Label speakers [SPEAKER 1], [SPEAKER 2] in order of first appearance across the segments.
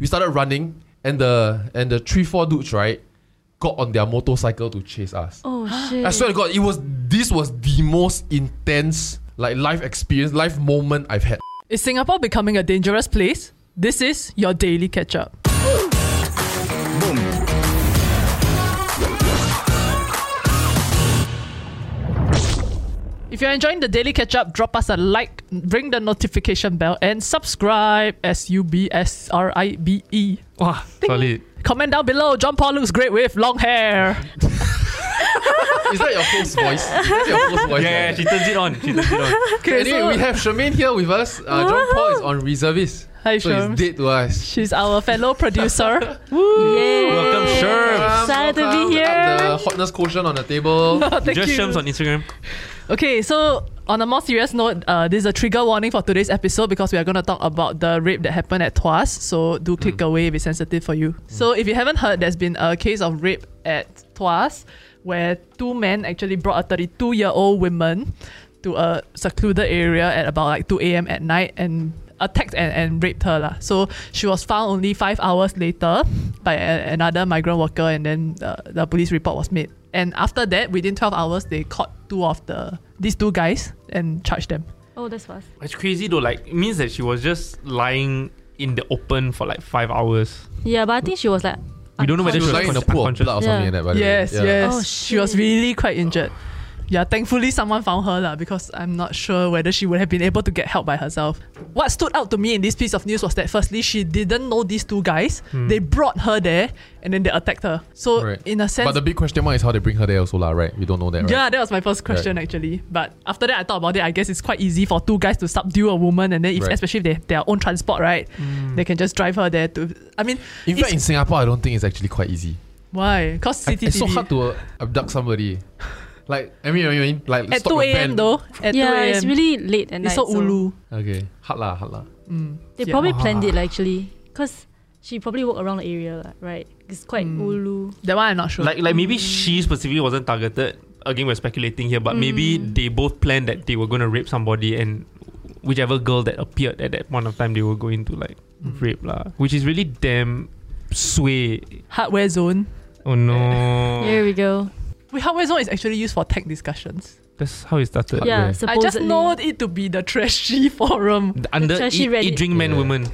[SPEAKER 1] we started running, and the and the three four dudes right got on their motorcycle to chase us.
[SPEAKER 2] Oh shit.
[SPEAKER 1] I swear to God, it was this was the most intense like life experience, life moment I've had.
[SPEAKER 2] Is Singapore becoming a dangerous place? This is your daily catch up. If you're enjoying the daily catch up, drop us a like, ring the notification bell, and subscribe. S U B S R I B E.
[SPEAKER 1] Wow, solid.
[SPEAKER 2] Comment down below. John Paul looks great with long hair.
[SPEAKER 1] Is that your host voice? Is that your host voice?
[SPEAKER 3] Yeah, yeah, she turns it on. She turns it on.
[SPEAKER 2] Okay,
[SPEAKER 1] Anyway,
[SPEAKER 2] so
[SPEAKER 1] we have Charmaine here with us. Uh, John Paul is on reservist.
[SPEAKER 2] Hi,
[SPEAKER 1] so
[SPEAKER 2] Shams.
[SPEAKER 1] he's dead to us.
[SPEAKER 2] she's our fellow producer.
[SPEAKER 3] Welcome, Sherms.
[SPEAKER 1] Excited to be here. the hotness quotient on the table.
[SPEAKER 2] Thank
[SPEAKER 3] Just
[SPEAKER 2] you.
[SPEAKER 3] Sherms on Instagram.
[SPEAKER 2] Okay, so on a more serious note, uh, this is a trigger warning for today's episode because we are going to talk about the rape that happened at Tuas. So do click away if it's sensitive for you. So if you haven't heard, there's been a case of rape at Tuas where two men actually brought a 32 year old woman to a secluded area at about like 2 a.m. at night and attacked and, and raped her. lah. So she was found only five hours later by a, another migrant worker, and then uh, the police report was made. And after that, within 12 hours, they caught two of the these two guys and charged them.
[SPEAKER 4] Oh, that's fast.
[SPEAKER 3] It's crazy though. Like, it means that she was just lying in the open for like five hours.
[SPEAKER 4] Yeah, but I think she was like.
[SPEAKER 3] We don't know whether
[SPEAKER 1] She
[SPEAKER 3] she
[SPEAKER 1] was lying in
[SPEAKER 3] was
[SPEAKER 1] a pool of
[SPEAKER 3] unconscious.
[SPEAKER 1] blood or something like that. By the way.
[SPEAKER 2] Yes,
[SPEAKER 1] Yeah.
[SPEAKER 2] yes.
[SPEAKER 4] Oh,
[SPEAKER 2] she was
[SPEAKER 4] shit.
[SPEAKER 2] really quite injured. Yeah, thankfully someone found her lah because I'm not sure whether she would have been able to get help by herself. What stood out to me in this piece of news was that firstly she didn't know these two guys. They brought her there and then they attacked her. So
[SPEAKER 1] Hmm. Right.
[SPEAKER 2] in a sense
[SPEAKER 1] But the big question mark is how they bring her there also, lah, right? We don't know that, right?
[SPEAKER 2] Yeah, that was my first question actually. But after that, I thought about it. I guess it's quite easy for two guys to subdue a woman, and then if,
[SPEAKER 1] Right. Hmm.
[SPEAKER 2] especially if they have their own transport, right? They can just drive her there to. I mean,
[SPEAKER 1] In fact,
[SPEAKER 2] it's-
[SPEAKER 1] in Singapore, I don't think it's actually quite easy.
[SPEAKER 2] why? Cause CCTV
[SPEAKER 1] It's so hard to uh, abduct somebody. Like, I mean, I mean, like
[SPEAKER 2] at
[SPEAKER 1] stop
[SPEAKER 2] two
[SPEAKER 1] your
[SPEAKER 2] a.m.
[SPEAKER 1] van.
[SPEAKER 2] though. At two
[SPEAKER 4] Yeah,
[SPEAKER 2] a.m.
[SPEAKER 4] it's really late and
[SPEAKER 2] it's so ulu.
[SPEAKER 1] Okay, hard lah, hard lah.
[SPEAKER 2] Mm.
[SPEAKER 4] They
[SPEAKER 2] Yeah.
[SPEAKER 4] probably planned it like, actually, cause she probably walked around the area, like, right? It's quite
[SPEAKER 2] Hmm.
[SPEAKER 4] ulu.
[SPEAKER 2] That one I'm not sure.
[SPEAKER 3] Like, like maybe she specifically wasn't targeted. Again, we're speculating here, but maybe
[SPEAKER 2] Mm.
[SPEAKER 3] they both planned that they were going to rape somebody, and whichever girl that appeared at that point of time, they were going to like
[SPEAKER 2] Mm.
[SPEAKER 3] rape lah. Which is really damn sway.
[SPEAKER 2] hardware zone.
[SPEAKER 3] Oh no.
[SPEAKER 4] Here we go.
[SPEAKER 2] Wait, hardware zone is actually used for tech discussions.
[SPEAKER 3] That's how it started.
[SPEAKER 1] Yeah.
[SPEAKER 4] Yeah,
[SPEAKER 1] I
[SPEAKER 4] supposedly.
[SPEAKER 2] I just know it to be the trashy forum.
[SPEAKER 3] Under
[SPEAKER 4] Trashy
[SPEAKER 3] eat, eat,
[SPEAKER 4] Reddit.
[SPEAKER 3] drink, men,
[SPEAKER 1] Yeah.
[SPEAKER 3] women.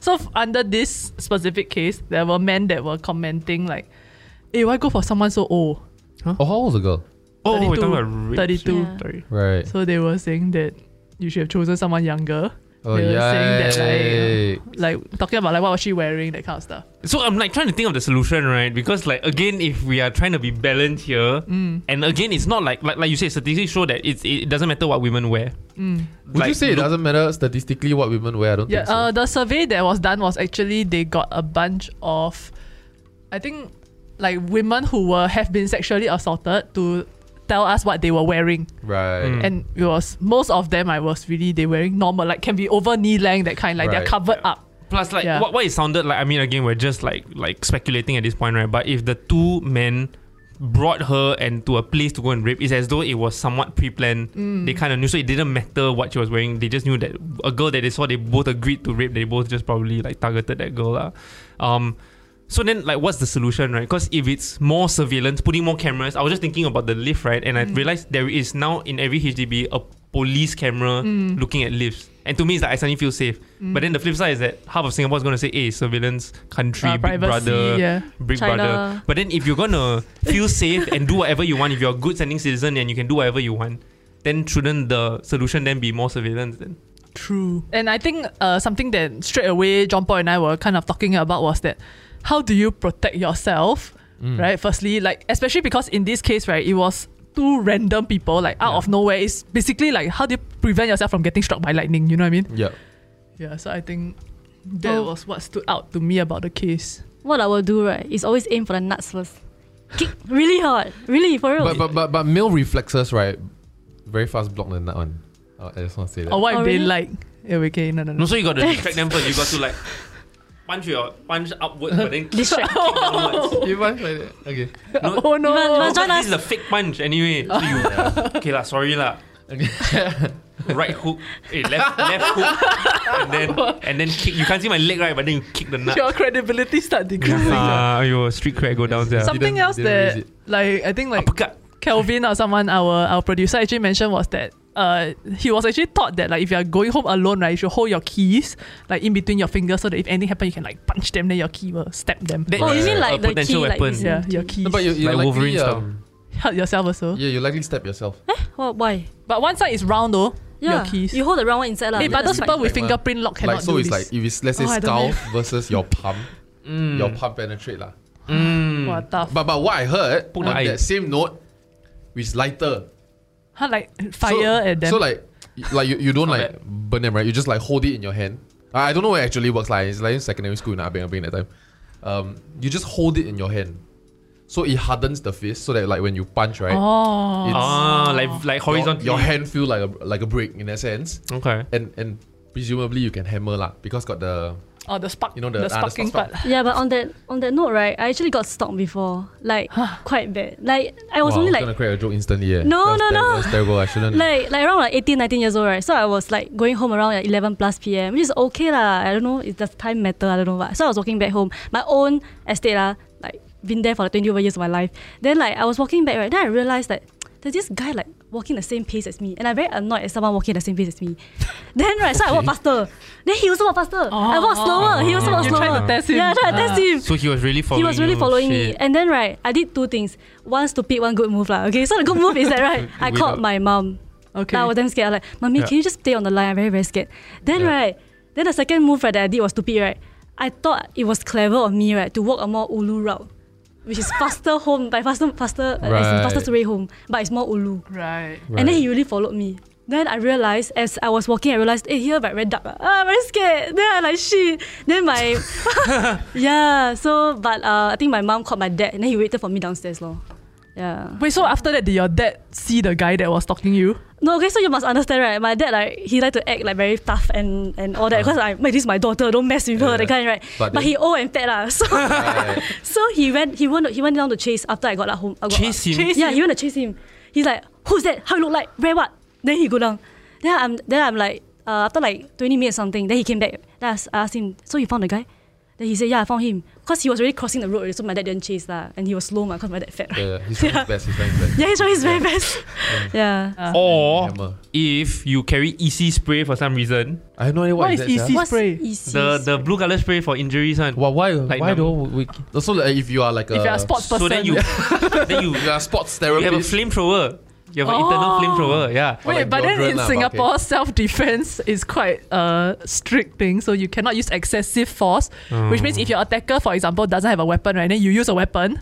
[SPEAKER 2] So f- under this specific case, there were men that were commenting like, "Hey, why go for someone so old?"
[SPEAKER 1] Oh, how old was the girl?
[SPEAKER 3] Oh,
[SPEAKER 2] 32,
[SPEAKER 3] we're talking about rape.
[SPEAKER 2] 32.
[SPEAKER 4] Yeah.
[SPEAKER 3] Sorry.
[SPEAKER 1] Right.
[SPEAKER 2] So they were saying that you should have chosen someone younger.
[SPEAKER 1] Oh,
[SPEAKER 2] they were saying that
[SPEAKER 1] yay.
[SPEAKER 2] like, uh, like talking about like what was she wearing, that kind of stuff.
[SPEAKER 3] So I'm like trying to think of the solution, right? Because like again, if we are trying to be balanced here, and again, it's not like like, like you say, statistics show that it's, it doesn't matter what women wear.
[SPEAKER 1] Would you say it doesn't matter statistically what women wear? I don't
[SPEAKER 2] Yeah,
[SPEAKER 1] think so.
[SPEAKER 2] uh, the survey that was done was actually they got a bunch of, I think, like women who were have been sexually assaulted to tell us what they were wearing,
[SPEAKER 1] right.
[SPEAKER 3] Mm.
[SPEAKER 2] and it was most of them I was really they wearing normal like can be over knee length that kind like they're
[SPEAKER 1] Right.
[SPEAKER 2] covered up.
[SPEAKER 3] Plus, like
[SPEAKER 2] Yeah.
[SPEAKER 3] what what it sounded like. I mean, again, we're just like like speculating at this point, right? But if the two men brought her and to a place to go and rape, it's as though it was somewhat pre-planned. They kind of knew, so it didn't matter what she was wearing. They just knew that a girl that they saw, they both agreed to rape. They both just probably like targeted that girl, lah. Um, so then, like, what's the solution, right? Because if it's more surveillance, putting more cameras, I was just thinking about the lift, right? And I
[SPEAKER 2] Mm.
[SPEAKER 3] realized there is now in every HDB a police camera
[SPEAKER 2] Mm.
[SPEAKER 3] looking at lifts. And to me, it's like I suddenly feel safe. But then the flip side is that half of Singapore is going to say, hey, surveillance country,
[SPEAKER 2] Uh,
[SPEAKER 3] big
[SPEAKER 2] privacy,
[SPEAKER 3] brother,
[SPEAKER 2] yeah.
[SPEAKER 3] big
[SPEAKER 4] China.
[SPEAKER 3] brother. But then if you're going to feel safe and do whatever you want, if you're a good standing citizen and you can do whatever you want, then shouldn't the solution then be more surveillance then?
[SPEAKER 2] True. And I think uh, something that straight away John Paul and I were kind of talking about was that how do you protect yourself,
[SPEAKER 1] Mm.
[SPEAKER 2] right? Firstly, like especially because in this case, right, it was two random people like out of nowhere. It's basically like how do you prevent yourself from getting struck by lightning? You know what I mean?
[SPEAKER 1] yeah.
[SPEAKER 2] Yeah, so I think that
[SPEAKER 4] Oh.
[SPEAKER 2] was what stood out to me about the case.
[SPEAKER 4] What I will do, right, is always aim for the nuts first. Kick really hard. Really, for real.
[SPEAKER 1] But but but but male reflexes, right? Very fast block than that one. Uh, I just want to say that.
[SPEAKER 2] Or what
[SPEAKER 4] Oh,
[SPEAKER 2] if they
[SPEAKER 4] really?
[SPEAKER 2] like? Yeah, we can. No, no,
[SPEAKER 3] No,
[SPEAKER 2] no.
[SPEAKER 3] so you got to distract them first. You got to like punch your punch upward, but then kick
[SPEAKER 4] Distract.
[SPEAKER 3] downwards.
[SPEAKER 1] You mind like that? Okay.
[SPEAKER 3] No,
[SPEAKER 2] Oh no!
[SPEAKER 4] You must- must
[SPEAKER 3] but
[SPEAKER 4] join
[SPEAKER 3] this is
[SPEAKER 4] us.
[SPEAKER 3] a fake punch anyway. So you, okay lah, sorry lah. right hook, eh, left left hook, and then and then kick. You can't see my leg right, but then you kick the nut.
[SPEAKER 2] Your credibility start decreasing.
[SPEAKER 3] Ah, your street cred go down there.
[SPEAKER 2] Something
[SPEAKER 1] Didn't-
[SPEAKER 2] else
[SPEAKER 1] didn't
[SPEAKER 2] that,
[SPEAKER 1] raise it.
[SPEAKER 2] like, I think like
[SPEAKER 3] Uppercut.
[SPEAKER 2] Kelvin or someone, our our producer actually mentioned was that uh he was actually taught that like if you're going home alone, right, you should hold your keys like in between your fingers so that if anything happens, you can like punch them, then your key will stab them.
[SPEAKER 3] That
[SPEAKER 4] oh, you
[SPEAKER 3] is
[SPEAKER 4] mean
[SPEAKER 3] a
[SPEAKER 4] like the key,
[SPEAKER 3] potential
[SPEAKER 4] like
[SPEAKER 3] weapon.
[SPEAKER 4] this
[SPEAKER 2] yeah,
[SPEAKER 4] thing.
[SPEAKER 2] your keys.
[SPEAKER 1] But you, you
[SPEAKER 3] Like
[SPEAKER 1] likely,
[SPEAKER 3] Wolverine style.
[SPEAKER 1] um,
[SPEAKER 2] hurt yourself also.
[SPEAKER 1] Yeah, you likely stab yourself.
[SPEAKER 4] What, why?
[SPEAKER 2] But one side is round though.
[SPEAKER 4] Yeah,
[SPEAKER 2] Your keys.
[SPEAKER 4] you hold the round one inside lah.
[SPEAKER 2] hey, but
[SPEAKER 4] that's
[SPEAKER 2] those people
[SPEAKER 4] fine.
[SPEAKER 2] with
[SPEAKER 1] Like,
[SPEAKER 2] fingerprint lock cannot
[SPEAKER 1] like so,
[SPEAKER 2] do
[SPEAKER 1] it's like
[SPEAKER 2] this.
[SPEAKER 1] if it's let's say
[SPEAKER 2] Oh, I don't Mm.
[SPEAKER 1] skull
[SPEAKER 2] know.
[SPEAKER 1] versus your palm, your palm penetrate lah.
[SPEAKER 2] Wah, tough.
[SPEAKER 1] mm. But but what I heard
[SPEAKER 3] Poke the
[SPEAKER 1] on
[SPEAKER 3] eye.
[SPEAKER 1] that same note, which is lighter.
[SPEAKER 2] Huh, like fire
[SPEAKER 1] So-
[SPEAKER 2] at them.
[SPEAKER 1] So like, y- like you, you don't
[SPEAKER 3] Not
[SPEAKER 1] like burn them right. You just like hold it in your hand. I I don't know where it actually works like. It's like in secondary school in Ah Abeng Abeng that time. Um, you just hold it in your hand, so it hardens the fist so that like when you punch right,
[SPEAKER 2] oh,
[SPEAKER 4] uh,
[SPEAKER 1] it's
[SPEAKER 3] Ah, like like
[SPEAKER 1] your-
[SPEAKER 3] horizontal.
[SPEAKER 1] Your, hand feel like a like a brick in a sense,
[SPEAKER 3] Okay.
[SPEAKER 1] and and presumably you can hammer lah because got the
[SPEAKER 2] oh, the spark.
[SPEAKER 1] you know, the-
[SPEAKER 2] the
[SPEAKER 1] ah, the
[SPEAKER 2] sparking
[SPEAKER 1] spark,
[SPEAKER 2] part.
[SPEAKER 4] Yeah, but on that on that note, right, I actually got stalked before. Like quite bad. Like I was
[SPEAKER 1] Wow,
[SPEAKER 4] only
[SPEAKER 1] I was
[SPEAKER 4] Oh, like
[SPEAKER 1] gonna create a joke instantly. Yeah. That
[SPEAKER 4] No,
[SPEAKER 1] was
[SPEAKER 4] no,
[SPEAKER 1] ter-
[SPEAKER 4] no.
[SPEAKER 1] That was terrible. I shouldn't.
[SPEAKER 4] like like around like 18, 19 years old, right? So I was like going home around like 11 plus PM, which is okay lah. I don't know, it does time matter? I don't know what. So I was walking back home, my own estate lah, like been there for like 20 over years of my life. Then like I was walking back, right? Then I realized that there's this guy like walking the same pace as me, and I'm very annoyed at someone walking the same pace as me. then right, so I walk faster. Then he also walk faster. I walk slower. He also walk
[SPEAKER 2] Oh. You
[SPEAKER 4] slower.
[SPEAKER 2] tried to test him.
[SPEAKER 4] Yeah, I tried to test him
[SPEAKER 3] So he was really following.
[SPEAKER 4] he was really
[SPEAKER 3] you.
[SPEAKER 4] following me.
[SPEAKER 3] Shit.
[SPEAKER 4] And then right, I did two things. One stupid, one good move lah. Okay, so the good move is that right, I
[SPEAKER 3] Without-
[SPEAKER 4] called my mom.
[SPEAKER 2] Okay.
[SPEAKER 4] Like, I was damn scared. I was like, mommy,
[SPEAKER 3] Yeah.
[SPEAKER 4] can you just stay on the line? I'm very very scared. Then right, then the second move right, that I did was stupid right. I thought it was clever of me right to walk a more ulu route, which is faster home by faster faster uh, as in
[SPEAKER 1] Right.
[SPEAKER 4] fastest way home, but it's more ulu.
[SPEAKER 2] Right.
[SPEAKER 4] And then he really followed me. Then I realized as I was walking, I realized, hey, here like very dark. ah. Ah, I'm very scared. Then I like shit. Then my yeah. So but uh, I think my mom called my dad, and then he waited for me downstairs, lor. Yeah.
[SPEAKER 2] Wait, so after that, did your dad see the guy that was stalking you?
[SPEAKER 4] No, okay. So you must understand, right? My dad like he like to act like very tough and and all that because I like, this is my daughter. Don't mess with her.
[SPEAKER 1] Yeah.
[SPEAKER 4] That kind, right?
[SPEAKER 1] But
[SPEAKER 4] But,
[SPEAKER 1] then-
[SPEAKER 4] he old and fat lah. So
[SPEAKER 1] Right.
[SPEAKER 4] so he went he went he went down to chase after I got like, home. I got, uh,
[SPEAKER 3] Chase him?
[SPEAKER 4] yeah, he went to chase him. He's like, who's that? How you look like? Where what? Then he go down. Then I'm then I'm like, uh, after like 20 minutes something, then he came back. Then I, s- I asked him, so you found the guy? Then he said, yeah, I found him. Because he was already crossing the road, already, so my dad didn't chase that. And he was slow, because my dad fat.
[SPEAKER 1] yeah, yeah,
[SPEAKER 4] Right?
[SPEAKER 1] he's trying his best. He's trying his best.
[SPEAKER 4] Yeah, he's trying his very best. yeah.
[SPEAKER 3] Or
[SPEAKER 1] Hammer.
[SPEAKER 3] if you carry EC spray for some reason,
[SPEAKER 1] I have no idea what,
[SPEAKER 2] What
[SPEAKER 1] is
[SPEAKER 2] is E
[SPEAKER 1] that, sia.
[SPEAKER 2] EC? spray.
[SPEAKER 4] easy?
[SPEAKER 3] the the blue color spray for injuries one.
[SPEAKER 1] Why? Why,
[SPEAKER 3] Like
[SPEAKER 1] why
[SPEAKER 3] num-
[SPEAKER 1] do we? Also, like, if you are like a
[SPEAKER 2] if you're a sports person,
[SPEAKER 3] So then you, then you,
[SPEAKER 1] you are a sports
[SPEAKER 3] you
[SPEAKER 1] therapist,
[SPEAKER 3] have a flamethrower. You have an internal
[SPEAKER 2] Oh.
[SPEAKER 3] flamethrower. Yeah.
[SPEAKER 1] or like
[SPEAKER 2] Wait, but then
[SPEAKER 1] deodorant
[SPEAKER 2] in
[SPEAKER 1] lah, but
[SPEAKER 2] Singapore,
[SPEAKER 1] okay.
[SPEAKER 2] self-defense is quite a strict thing, so you cannot use excessive force. Which means if your attacker, for example, doesn't have a weapon, right, then you use a weapon,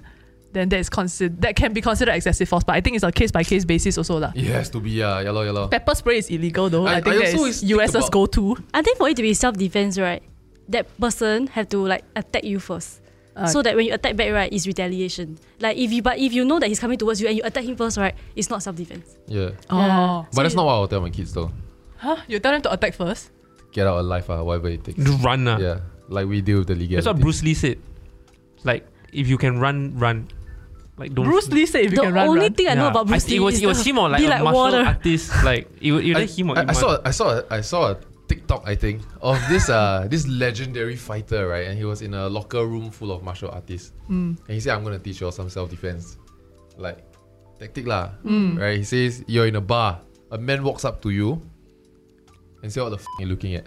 [SPEAKER 2] then that is considered that can be considered excessive force. But I think it's a case by case basis also lah.
[SPEAKER 1] it has to be yeah, yeah, lor, yeah, lor.
[SPEAKER 2] Pepper spray is illegal though.
[SPEAKER 1] I-
[SPEAKER 2] I,
[SPEAKER 1] I
[SPEAKER 2] think that
[SPEAKER 1] also
[SPEAKER 2] is
[SPEAKER 1] think
[SPEAKER 2] US's
[SPEAKER 1] about-
[SPEAKER 2] go-to.
[SPEAKER 4] I think for it to be self defense, right, that person have to like attack you first.
[SPEAKER 2] Ah. Uh,
[SPEAKER 4] so that when you attack back, right, it's retaliation. Like if you but if you know that he's coming towards you and you attack him first, right, it's not self defense.
[SPEAKER 1] Yeah,
[SPEAKER 2] Oh,
[SPEAKER 1] but that's not what I'll tell my kids though.
[SPEAKER 2] huh? You tell them to attack first.
[SPEAKER 1] Get out alive, ah, whatever it takes.
[SPEAKER 3] Just run. ah.
[SPEAKER 1] Yeah, like we deal with the legality.
[SPEAKER 3] That's what Bruce Lee said. Like, if you can run, run. Like, don't.
[SPEAKER 2] Bruce Lee said if you
[SPEAKER 4] the
[SPEAKER 2] can run,
[SPEAKER 4] only
[SPEAKER 2] run.
[SPEAKER 4] thing I
[SPEAKER 3] Yeah.
[SPEAKER 4] know about Bruce
[SPEAKER 3] I,
[SPEAKER 4] Lee
[SPEAKER 3] it was
[SPEAKER 4] is
[SPEAKER 3] it was
[SPEAKER 4] the-
[SPEAKER 3] him or like
[SPEAKER 4] be
[SPEAKER 3] a
[SPEAKER 4] like
[SPEAKER 3] martial
[SPEAKER 4] water.
[SPEAKER 3] artist. Like, it, was- it
[SPEAKER 1] I,
[SPEAKER 3] was him or
[SPEAKER 1] I, I
[SPEAKER 3] Iman.
[SPEAKER 1] saw I saw a- I saw a TikTok I think of this uh this legendary fighter right, and he was in a locker room full of martial artists,
[SPEAKER 4] Hmm.
[SPEAKER 1] and he said, "I'm gonna teach you all some self defense, like tactic lah."
[SPEAKER 4] Hmm.
[SPEAKER 1] Right? He says, "You're in a bar. A man walks up to you, and say, what the f- you looking at?